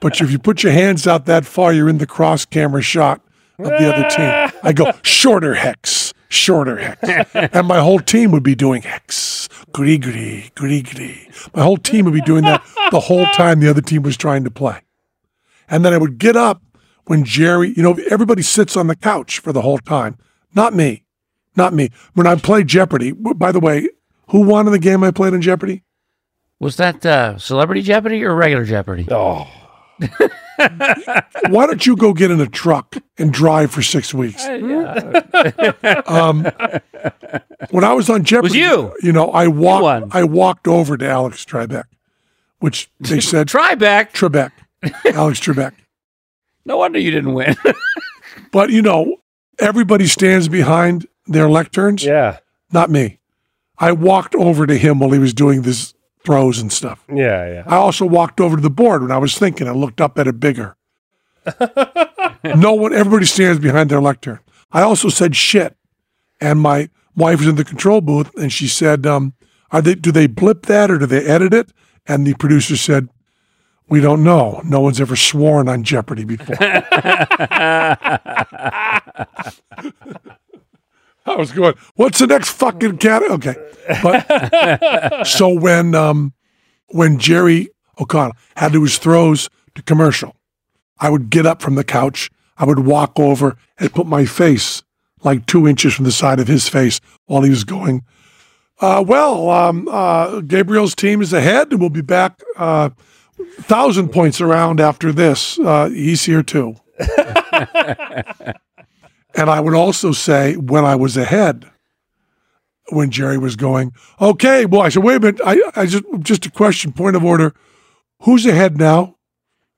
Speaker 2: but if you put your hands out that far, you're in the cross camera shot of the other team. I go, shorter hex, shorter hex. and my whole team would be doing hex, gree gree, gree gree. My whole team would be doing that the whole time the other team was trying to play. And then I would get up when Jerry, you know, everybody sits on the couch for the whole time. Not me. Not me. When I play Jeopardy, w- by the way, who won in the game I played in Jeopardy?
Speaker 4: Was that uh, Celebrity Jeopardy or regular Jeopardy?
Speaker 2: Uh,
Speaker 5: Oh,
Speaker 2: Why don't you go get in a truck and drive for six weeks? um, when I was on Jeopardy,
Speaker 4: you.
Speaker 2: know, I
Speaker 4: won.
Speaker 2: walked. I walked over to Alex Trebek, which they said
Speaker 4: Tribeck.
Speaker 2: Trebek, Alex Trebek.
Speaker 4: No wonder you didn't win.
Speaker 2: But you know, everybody stands behind their lecterns.
Speaker 5: yeah.
Speaker 2: Not me. I walked over to him while he was doing this throws and stuff.
Speaker 5: Yeah, yeah.
Speaker 2: I also walked over to the board when I was thinking. I looked up at it bigger. no one, everybody stands behind their lectern. I also said shit, and my wife was in the control booth, and she said, um, "Are they? Do they blip that or do they edit it?" And the producer said, "We don't know. No one's ever sworn on Jeopardy before." I was going, "What's the next fucking cat?" Okay, but so when um, when Jerry O'Connell had to do his throws to commercial, I would get up from the couch. I would walk over and put my face like two inches from the side of his face while he was going. Uh, well, um, uh, Gabriel's team is ahead, and we'll be back uh, thousand points around after this. Uh, he's here too. and I would also say when I was ahead, when Jerry was going, okay, well, I said, wait a minute, I, I just just a question, point of order, who's ahead now?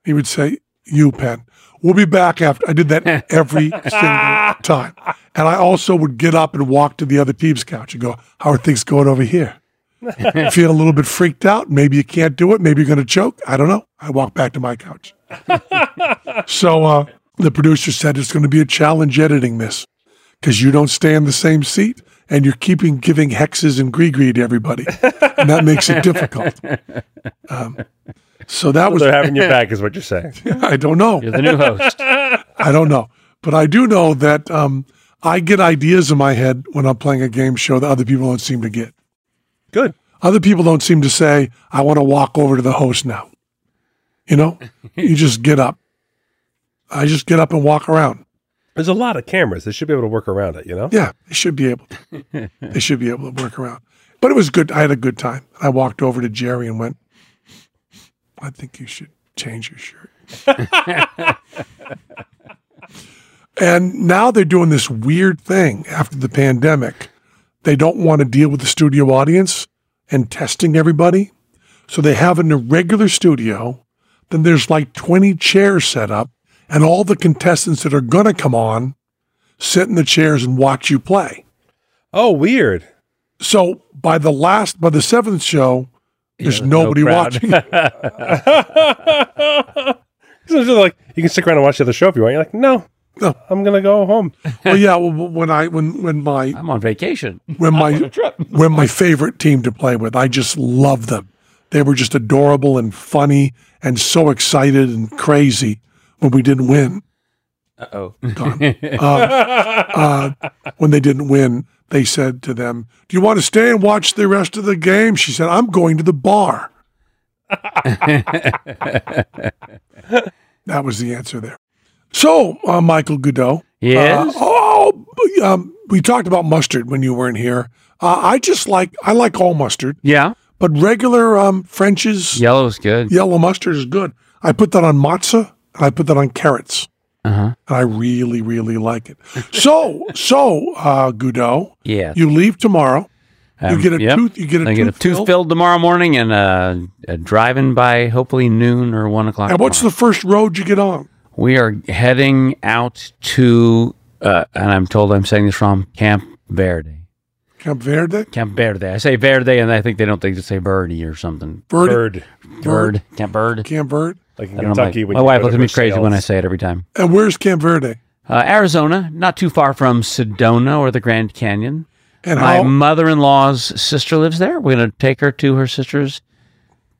Speaker 2: He would say, you, Penn. We'll be back after. I did that every single time. And I also would get up and walk to the other team's couch and go, how are things going over here? Feel a little bit freaked out. Maybe you can't do it. Maybe you're going to choke. I don't know. I walk back to my couch. So uh, the producer said it's going to be a challenge editing this because you don't stay in the same seat and you're keeping giving hexes and gree to everybody, and that makes it difficult. Um, so that was
Speaker 5: They're having your back, is what you're saying.
Speaker 2: I don't know.
Speaker 4: You're the new host.
Speaker 2: I don't know, but I do know that um, I get ideas in my head when I'm playing a game show that other people don't seem to get.
Speaker 5: Good.
Speaker 2: Other people don't seem to say, "I want to walk over to the host now." You know, you just get up. I just get up and walk around.
Speaker 5: There's a lot of cameras. They should be able to work around it, you know?
Speaker 2: Yeah, they should be able. To. they should be able to work around. But it was good. I had a good time. I walked over to Jerry and went, "I think you should change your shirt." and now they're doing this weird thing after the pandemic. They don't want to deal with the studio audience and testing everybody. So they have an irregular studio. Then there's like 20 chairs set up, and all the contestants that are going to come on sit in the chairs and watch you play.
Speaker 5: Oh, weird.
Speaker 2: So by the last, by the seventh show, there's nobody watching.
Speaker 5: So it's just like you can stick around and watch the other show if you want. You're like, no,
Speaker 2: No.
Speaker 5: I'm gonna go home.
Speaker 2: well, yeah. Well, when I when when my
Speaker 4: I'm on vacation.
Speaker 2: when my when my favorite team to play with, I just love them. They were just adorable and funny and so excited and crazy when we didn't win. Um,
Speaker 4: Uh-oh.
Speaker 2: uh, when they didn't win, they said to them, Do you want to stay and watch the rest of the game? She said, I'm going to the bar. that was the answer there. So, uh, Michael Godot.
Speaker 4: Yes.
Speaker 2: Uh, oh, um, we talked about mustard when you weren't here. Uh, I just like, I like all mustard,
Speaker 4: yeah.
Speaker 2: but regular um, French's
Speaker 4: Yellow's good.
Speaker 2: yellow mustard is good. I put that on matzah and I put that on carrots.
Speaker 4: Uh-huh.
Speaker 2: And I really, really like it. So, so uh, Goudot,
Speaker 4: Yeah.
Speaker 2: you leave tomorrow.
Speaker 4: Um,
Speaker 2: you get a
Speaker 4: yep.
Speaker 2: tooth. You get a
Speaker 4: I
Speaker 2: tooth.
Speaker 4: get a tooth
Speaker 2: filled.
Speaker 4: filled tomorrow morning and uh, uh, driving by hopefully noon or one o'clock.
Speaker 2: And what's the first road you get on?
Speaker 4: We are heading out to, uh, and I'm told I'm saying this wrong, Camp Verde.
Speaker 2: Camp Verde.
Speaker 4: Camp Verde. I say Verde, and I think they don't think to say birdie or something.
Speaker 2: Verde.
Speaker 5: Bird,
Speaker 4: Bird. Camp Bird.
Speaker 2: Camp Verde.
Speaker 5: like in
Speaker 4: I don't know,
Speaker 5: Kentucky.
Speaker 4: my,
Speaker 5: when
Speaker 4: my
Speaker 5: you
Speaker 4: wife
Speaker 5: go to
Speaker 4: looks at me crazy
Speaker 5: Rochelle's.
Speaker 4: when I say it every time.
Speaker 2: And where's Camp Verde?
Speaker 4: Uh, Arizona, not too far from Sedona or the Grand Canyon.
Speaker 2: And
Speaker 4: My
Speaker 2: how?
Speaker 4: mother in law's sister lives there. We're going to take her to her sister's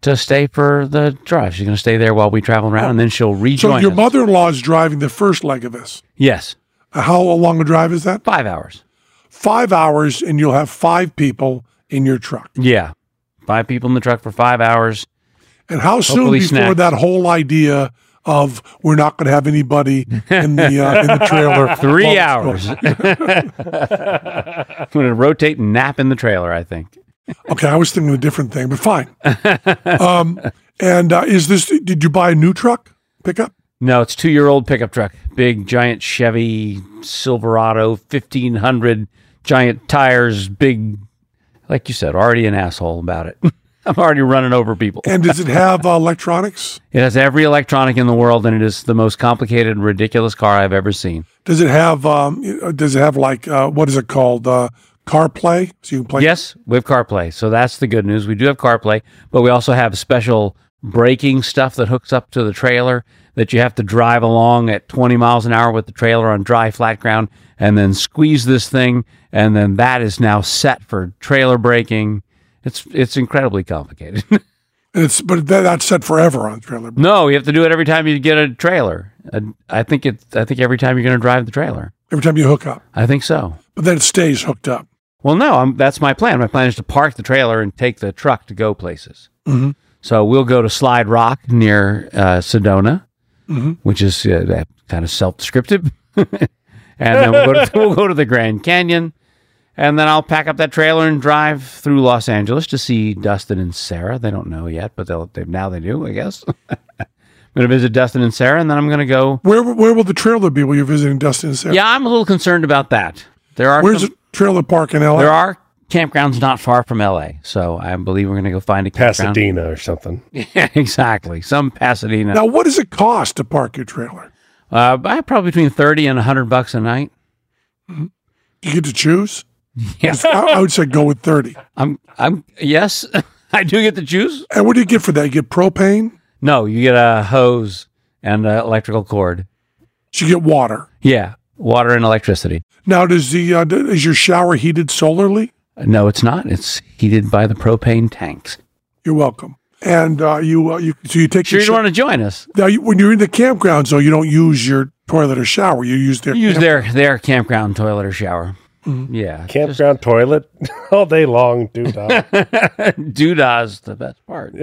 Speaker 4: to stay for the drive. She's going to stay there while we travel around, and then she'll
Speaker 2: so
Speaker 4: rejoin.
Speaker 2: your
Speaker 4: us.
Speaker 2: mother-in-law is driving the first leg of this.
Speaker 4: Yes,
Speaker 2: How long a drive is that?
Speaker 4: five hours.
Speaker 2: Five hours, and you'll have five people in your truck.
Speaker 4: Yeah, five people in the truck for five hours.
Speaker 2: And how soon
Speaker 4: Hopefully
Speaker 2: before
Speaker 4: snacks.
Speaker 2: that whole idea of we're not going to have anybody in the uh, in the trailer?
Speaker 4: Three
Speaker 2: Well,
Speaker 4: hours. I'm going to rotate and nap in the trailer. I think.
Speaker 2: Okay, I was thinking of a different thing, but fine. um, and uh, is this? Did you buy a new truck pickup?
Speaker 4: No, it's two year old pickup truck, big giant Chevy Silverado, fifteen hundred, giant tires, big. Like you said, already an asshole about it. I'm already running over people.
Speaker 2: And does it have uh, electronics?
Speaker 4: It has every electronic in the world, and it is the most complicated, ridiculous car I've ever seen.
Speaker 2: Does it have? Um, you know, does it have like uh, what is it called? Uh, CarPlay, so you can play.
Speaker 4: Yes, we have CarPlay, so that's the good news. We do have CarPlay, but we also have special braking stuff that hooks up to the trailer that you have to drive along at 20 miles an hour with the trailer on dry, flat ground, and then squeeze this thing, and then that is now set for trailer braking. It's it's incredibly complicated.
Speaker 2: And it's but that, that's set forever on trailer.
Speaker 4: no, you have to do it every time you get a trailer. And I think it. I think every time you're going to drive the trailer.
Speaker 2: Every time you hook up,
Speaker 4: I think so.
Speaker 2: but then it stays hooked up.
Speaker 4: Well, no, I'm, that's my plan. My plan is to park the trailer and take the truck to go places.
Speaker 2: Mhm.
Speaker 4: So we'll go to Slide Rock near uh, Sedona, which is uh, kind of self-descriptive, and then we'll go, to, we'll go to the Grand Canyon, and then I'll pack up that trailer and drive through Los Angeles to see Dustin and Sarah. They don't know yet, but they'll they, now they do, I guess. I'm gonna visit Dustin and Sarah, and then I'm gonna go.
Speaker 2: Where where will the trailer be when you're visiting Dustin and Sarah?
Speaker 4: Yeah, I'm a little concerned about that. There are
Speaker 2: Where's
Speaker 4: some-
Speaker 2: the trailer park in LA?
Speaker 4: there are campgrounds not far from L.A., so I believe we're gonna go find a campground.
Speaker 5: Pasadena or something.
Speaker 4: Yeah, exactly. Some Pasadena.
Speaker 2: Now, what does it cost to park your trailer?
Speaker 4: Uh, I probably between thirty and hundred bucks a night.
Speaker 2: You get to choose.
Speaker 4: Yeah.
Speaker 2: I, I would say go with thirty.
Speaker 4: I'm. I'm. Yes, I do get the juice.
Speaker 2: And what do you get for that? You get propane.
Speaker 4: No, you get a hose and an electrical cord.
Speaker 2: So you get water.
Speaker 4: Yeah, water and electricity.
Speaker 2: Now, does the uh, d- is your shower heated solarly?
Speaker 4: No, it's not. It's heated by the propane tanks.
Speaker 2: You're welcome. And uh, you uh, you so you take
Speaker 4: Sure,
Speaker 2: your
Speaker 4: you
Speaker 2: sho-
Speaker 4: want to join us?
Speaker 2: now you, when you're in the campground zone, you don't use your toilet or shower. You use their
Speaker 4: Use
Speaker 2: camp-
Speaker 4: their their campground toilet or shower. Yeah,
Speaker 5: Campground toilet all day long, dude. dog.
Speaker 4: doodah's the best part.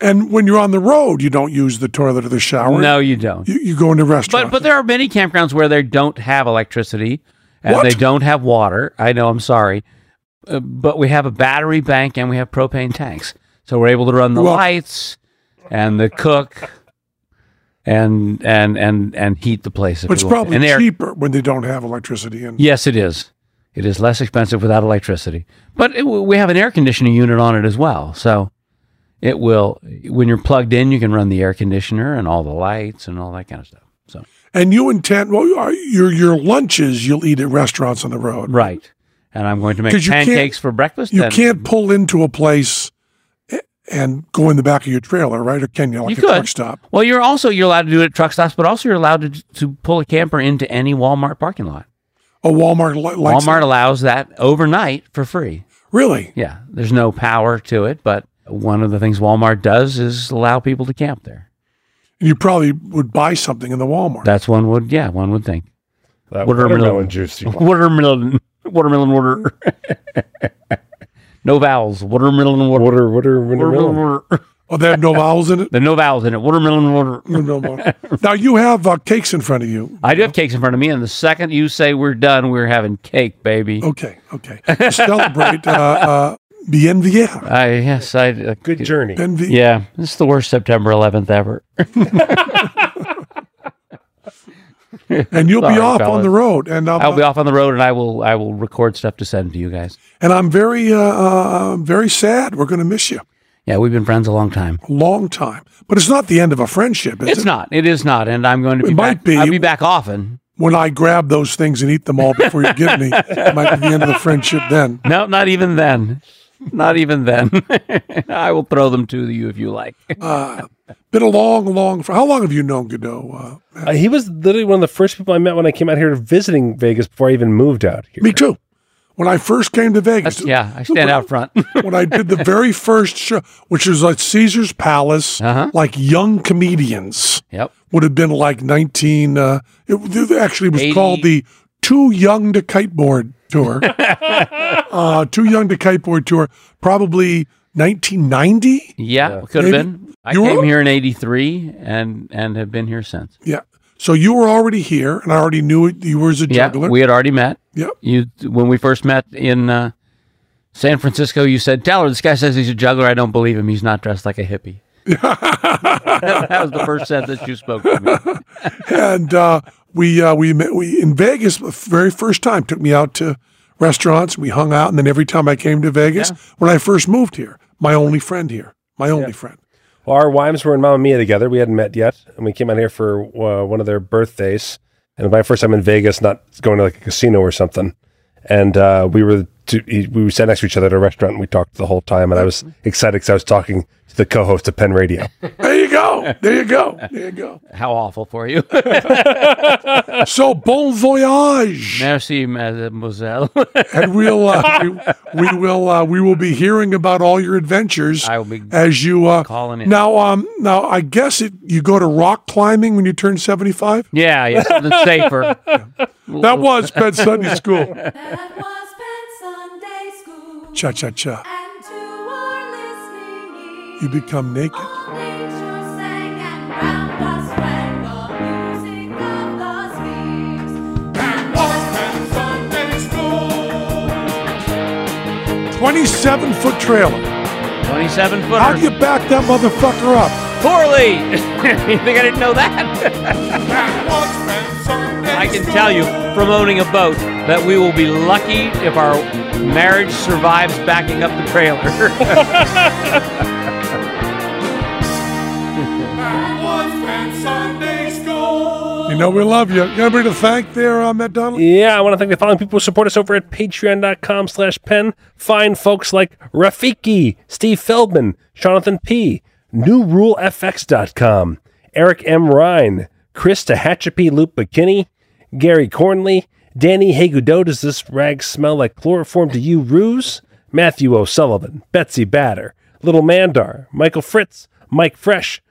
Speaker 2: and when you're on the road, you don't use the toilet or the shower.
Speaker 4: no, you don't.
Speaker 2: you, you go into
Speaker 4: But
Speaker 2: restaurants.
Speaker 4: but there are many campgrounds where they don't have electricity and
Speaker 2: What?
Speaker 4: they don't have water. I know, I'm sorry, uh, but we have a battery bank and we have propane tanks, so we're able to run the
Speaker 2: Well-
Speaker 4: lights and the cook and and and and heat the place. If
Speaker 2: But it's
Speaker 4: we want to.
Speaker 2: probably
Speaker 4: and they're-
Speaker 2: cheaper when they don't have electricity. And
Speaker 4: Yes, it is. It is less expensive without electricity, but it, we have an air conditioning unit on it as well, so. It will, when you're plugged in, you can run the air conditioner and all the lights and all that kind of stuff. So,
Speaker 2: and you intend well you are- your your lunches you'll eat at restaurants on the road.
Speaker 4: Right. And I'm going to make
Speaker 2: 'Cause you can't-
Speaker 4: pancakes for breakfast.
Speaker 2: You
Speaker 4: and-
Speaker 2: can't pull into a place a- and go in the back of your trailer, right? Or can you like
Speaker 4: You
Speaker 2: a truck
Speaker 4: could.
Speaker 2: stop?
Speaker 4: Well, you're also you're allowed to do it at truck stops, but also you're allowed to, to pull a camper into any Walmart parking lot.
Speaker 2: A Walmart li- lights.
Speaker 4: Walmart allows that overnight for free.
Speaker 2: Really?
Speaker 4: Yeah, there's no power to it, but one of the things Walmart does is allow people to camp there.
Speaker 2: You probably would buy something in the Walmart.
Speaker 4: That's one would yeah one would think
Speaker 5: That
Speaker 4: Watermelon.
Speaker 5: watermelon juice. you want.
Speaker 4: watermelon watermelon water no vowels watermelon water
Speaker 5: Water, water,
Speaker 4: watermelon
Speaker 5: watermelon.
Speaker 4: water
Speaker 2: oh, they have no vowels in it.
Speaker 4: the no vowels in it watermelon water.
Speaker 2: now you have uh, cakes in front of you.
Speaker 4: I do have cakes in front of me, and the second you say we're done, we're having cake, baby.
Speaker 2: Okay, okay. To celebrate uh, uh, Bien Vieja.
Speaker 4: I yes, I uh,
Speaker 5: Good journey.
Speaker 2: Bien Vie-
Speaker 4: Yeah, this is the worst September 11th ever.
Speaker 2: And you'll
Speaker 4: Sorry,
Speaker 2: be off on
Speaker 4: fellas.
Speaker 2: the road. And I'm,
Speaker 4: I'll be off on the road, and I will I will record stuff to send to you guys.
Speaker 2: and I'm very, uh, uh, very sad. We're going to miss you
Speaker 4: Yeah, we've been friends a long time.
Speaker 2: a long time. But it's not the end of a friendship, is
Speaker 4: It's
Speaker 2: it?
Speaker 4: not. It is not, and I'm going to be.
Speaker 2: It might
Speaker 4: back,
Speaker 2: be.
Speaker 4: I'll be back often.
Speaker 2: When I grab those things and eat them all before you give me, it might be the end of the friendship then.
Speaker 4: No, not even then. Not even then. I will throw them to you if you like.
Speaker 2: Been a long, long. fr- How long have you known Godot? Uh,
Speaker 5: Uh, he was literally one of the first people I met when I came out here visiting Vegas before I even moved out here.
Speaker 2: me too. When I first came to Vegas,
Speaker 4: Yeah, I stand out front.
Speaker 2: when I did the very first show, which was at Caesar's Palace,
Speaker 4: Uh-huh.
Speaker 2: like young comedians
Speaker 4: yep.
Speaker 2: would have been like 19. Uh, it, it actually was
Speaker 4: 80.
Speaker 2: called the Too Young to Kiteboard Tour. uh, Too Young to Kiteboard Tour, probably 1990.
Speaker 4: Yeah, could have
Speaker 2: Maybe-
Speaker 4: been. I
Speaker 2: You
Speaker 4: came
Speaker 2: were-
Speaker 4: here in '83 and and have been here since.
Speaker 2: Yeah. So you were already here, and I already knew it. You were as a
Speaker 4: Yeah,
Speaker 2: juggler.
Speaker 4: we had already met.
Speaker 2: Yep.
Speaker 4: You when we first met in uh, San Francisco, you said, "Teller, this guy says he's a juggler. I don't believe him. He's not dressed like a hippie." that, that was the first sentence you spoke to me.
Speaker 2: and uh, we uh, we met we in Vegas the very first time took me out to restaurants. We hung out, and then every time I came to Vegas when I first moved here, my only friend here, my only friend.
Speaker 5: Our wives were in Mamma Mia together. We hadn't met yet, and we came out here for uh, one of their birthdays. And my first time in Vegas, not going to like a casino or something. And uh, we were to, he- we sat next to each other at a restaurant, and we talked the whole time. And I was excited because I was talking to the co-host of Penn Radio.
Speaker 2: There you go, there you go, there you go.
Speaker 4: How awful for you.
Speaker 2: So bon voyage,
Speaker 4: Merci, mademoiselle.
Speaker 2: and we'll uh, we, we will uh, we will be hearing about all your adventures.
Speaker 4: I will be
Speaker 2: as you uh,
Speaker 4: calling in.
Speaker 2: now. Um, now I guess it you go to rock climbing when you turn seventy five.
Speaker 4: yeah, yeah, something safer.
Speaker 2: That was Penn Sunday School.
Speaker 3: That was Penn Sunday School.
Speaker 2: Cha cha cha.
Speaker 3: And to our listening ears,
Speaker 2: You become naked.
Speaker 3: all nature sang and round us went the
Speaker 2: 27 foot trailer.
Speaker 4: 27
Speaker 2: How do
Speaker 4: footers.
Speaker 2: you back that motherfucker up?
Speaker 4: Poorly. you think I didn't know that? I can tell you from owning a boat that we will be lucky if our marriage survives backing up the trailer.
Speaker 2: You know we love you. You got anybody to thank there, uh, Matt Donnelly?
Speaker 5: Yeah, I want to thank the following people who support us over at patreon.com slash pen. Find folks like Rafiki, Steve Feldman, Jonathan P., NewRuleFX.com, Eric M. Ryan, Chris Tehachapi, Luke McKinney, Gary Cornley, Danny Hagudo, Does This Rag Smell Like Chloroform to You, Ruse? Matthew O'Sullivan, Betsy Batter, Little Mandar, Michael Fritz, Mike Fresh,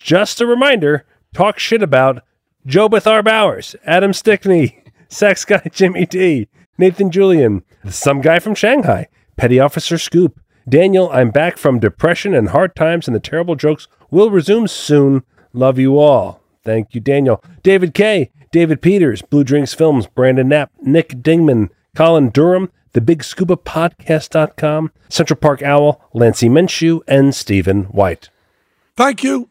Speaker 5: just a reminder talk shit about Jobeth R. Bowers, Adam Stickney, Sex Guy Jimmy D, Nathan Julian, Some Guy from Shanghai, Petty Officer Scoop, Daniel, I'm back from depression and hard times, and the terrible jokes will resume soon. Love you all. Thank you, Daniel. David K., David Peters, Blue Drinks Films, Brandon Knapp, Nick Dingman, Colin Durham, The Big Scuba Podcast.com, Central Park Owl, Lancy Minshew, and Stephen White.
Speaker 2: Thank you.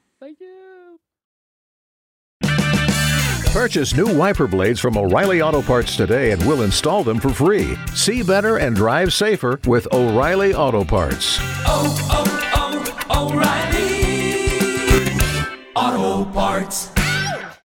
Speaker 6: Purchase new wiper blades from O'Reilly Auto Parts today and we'll install them for free. See better and drive safer with O'Reilly Auto Parts.
Speaker 3: oh,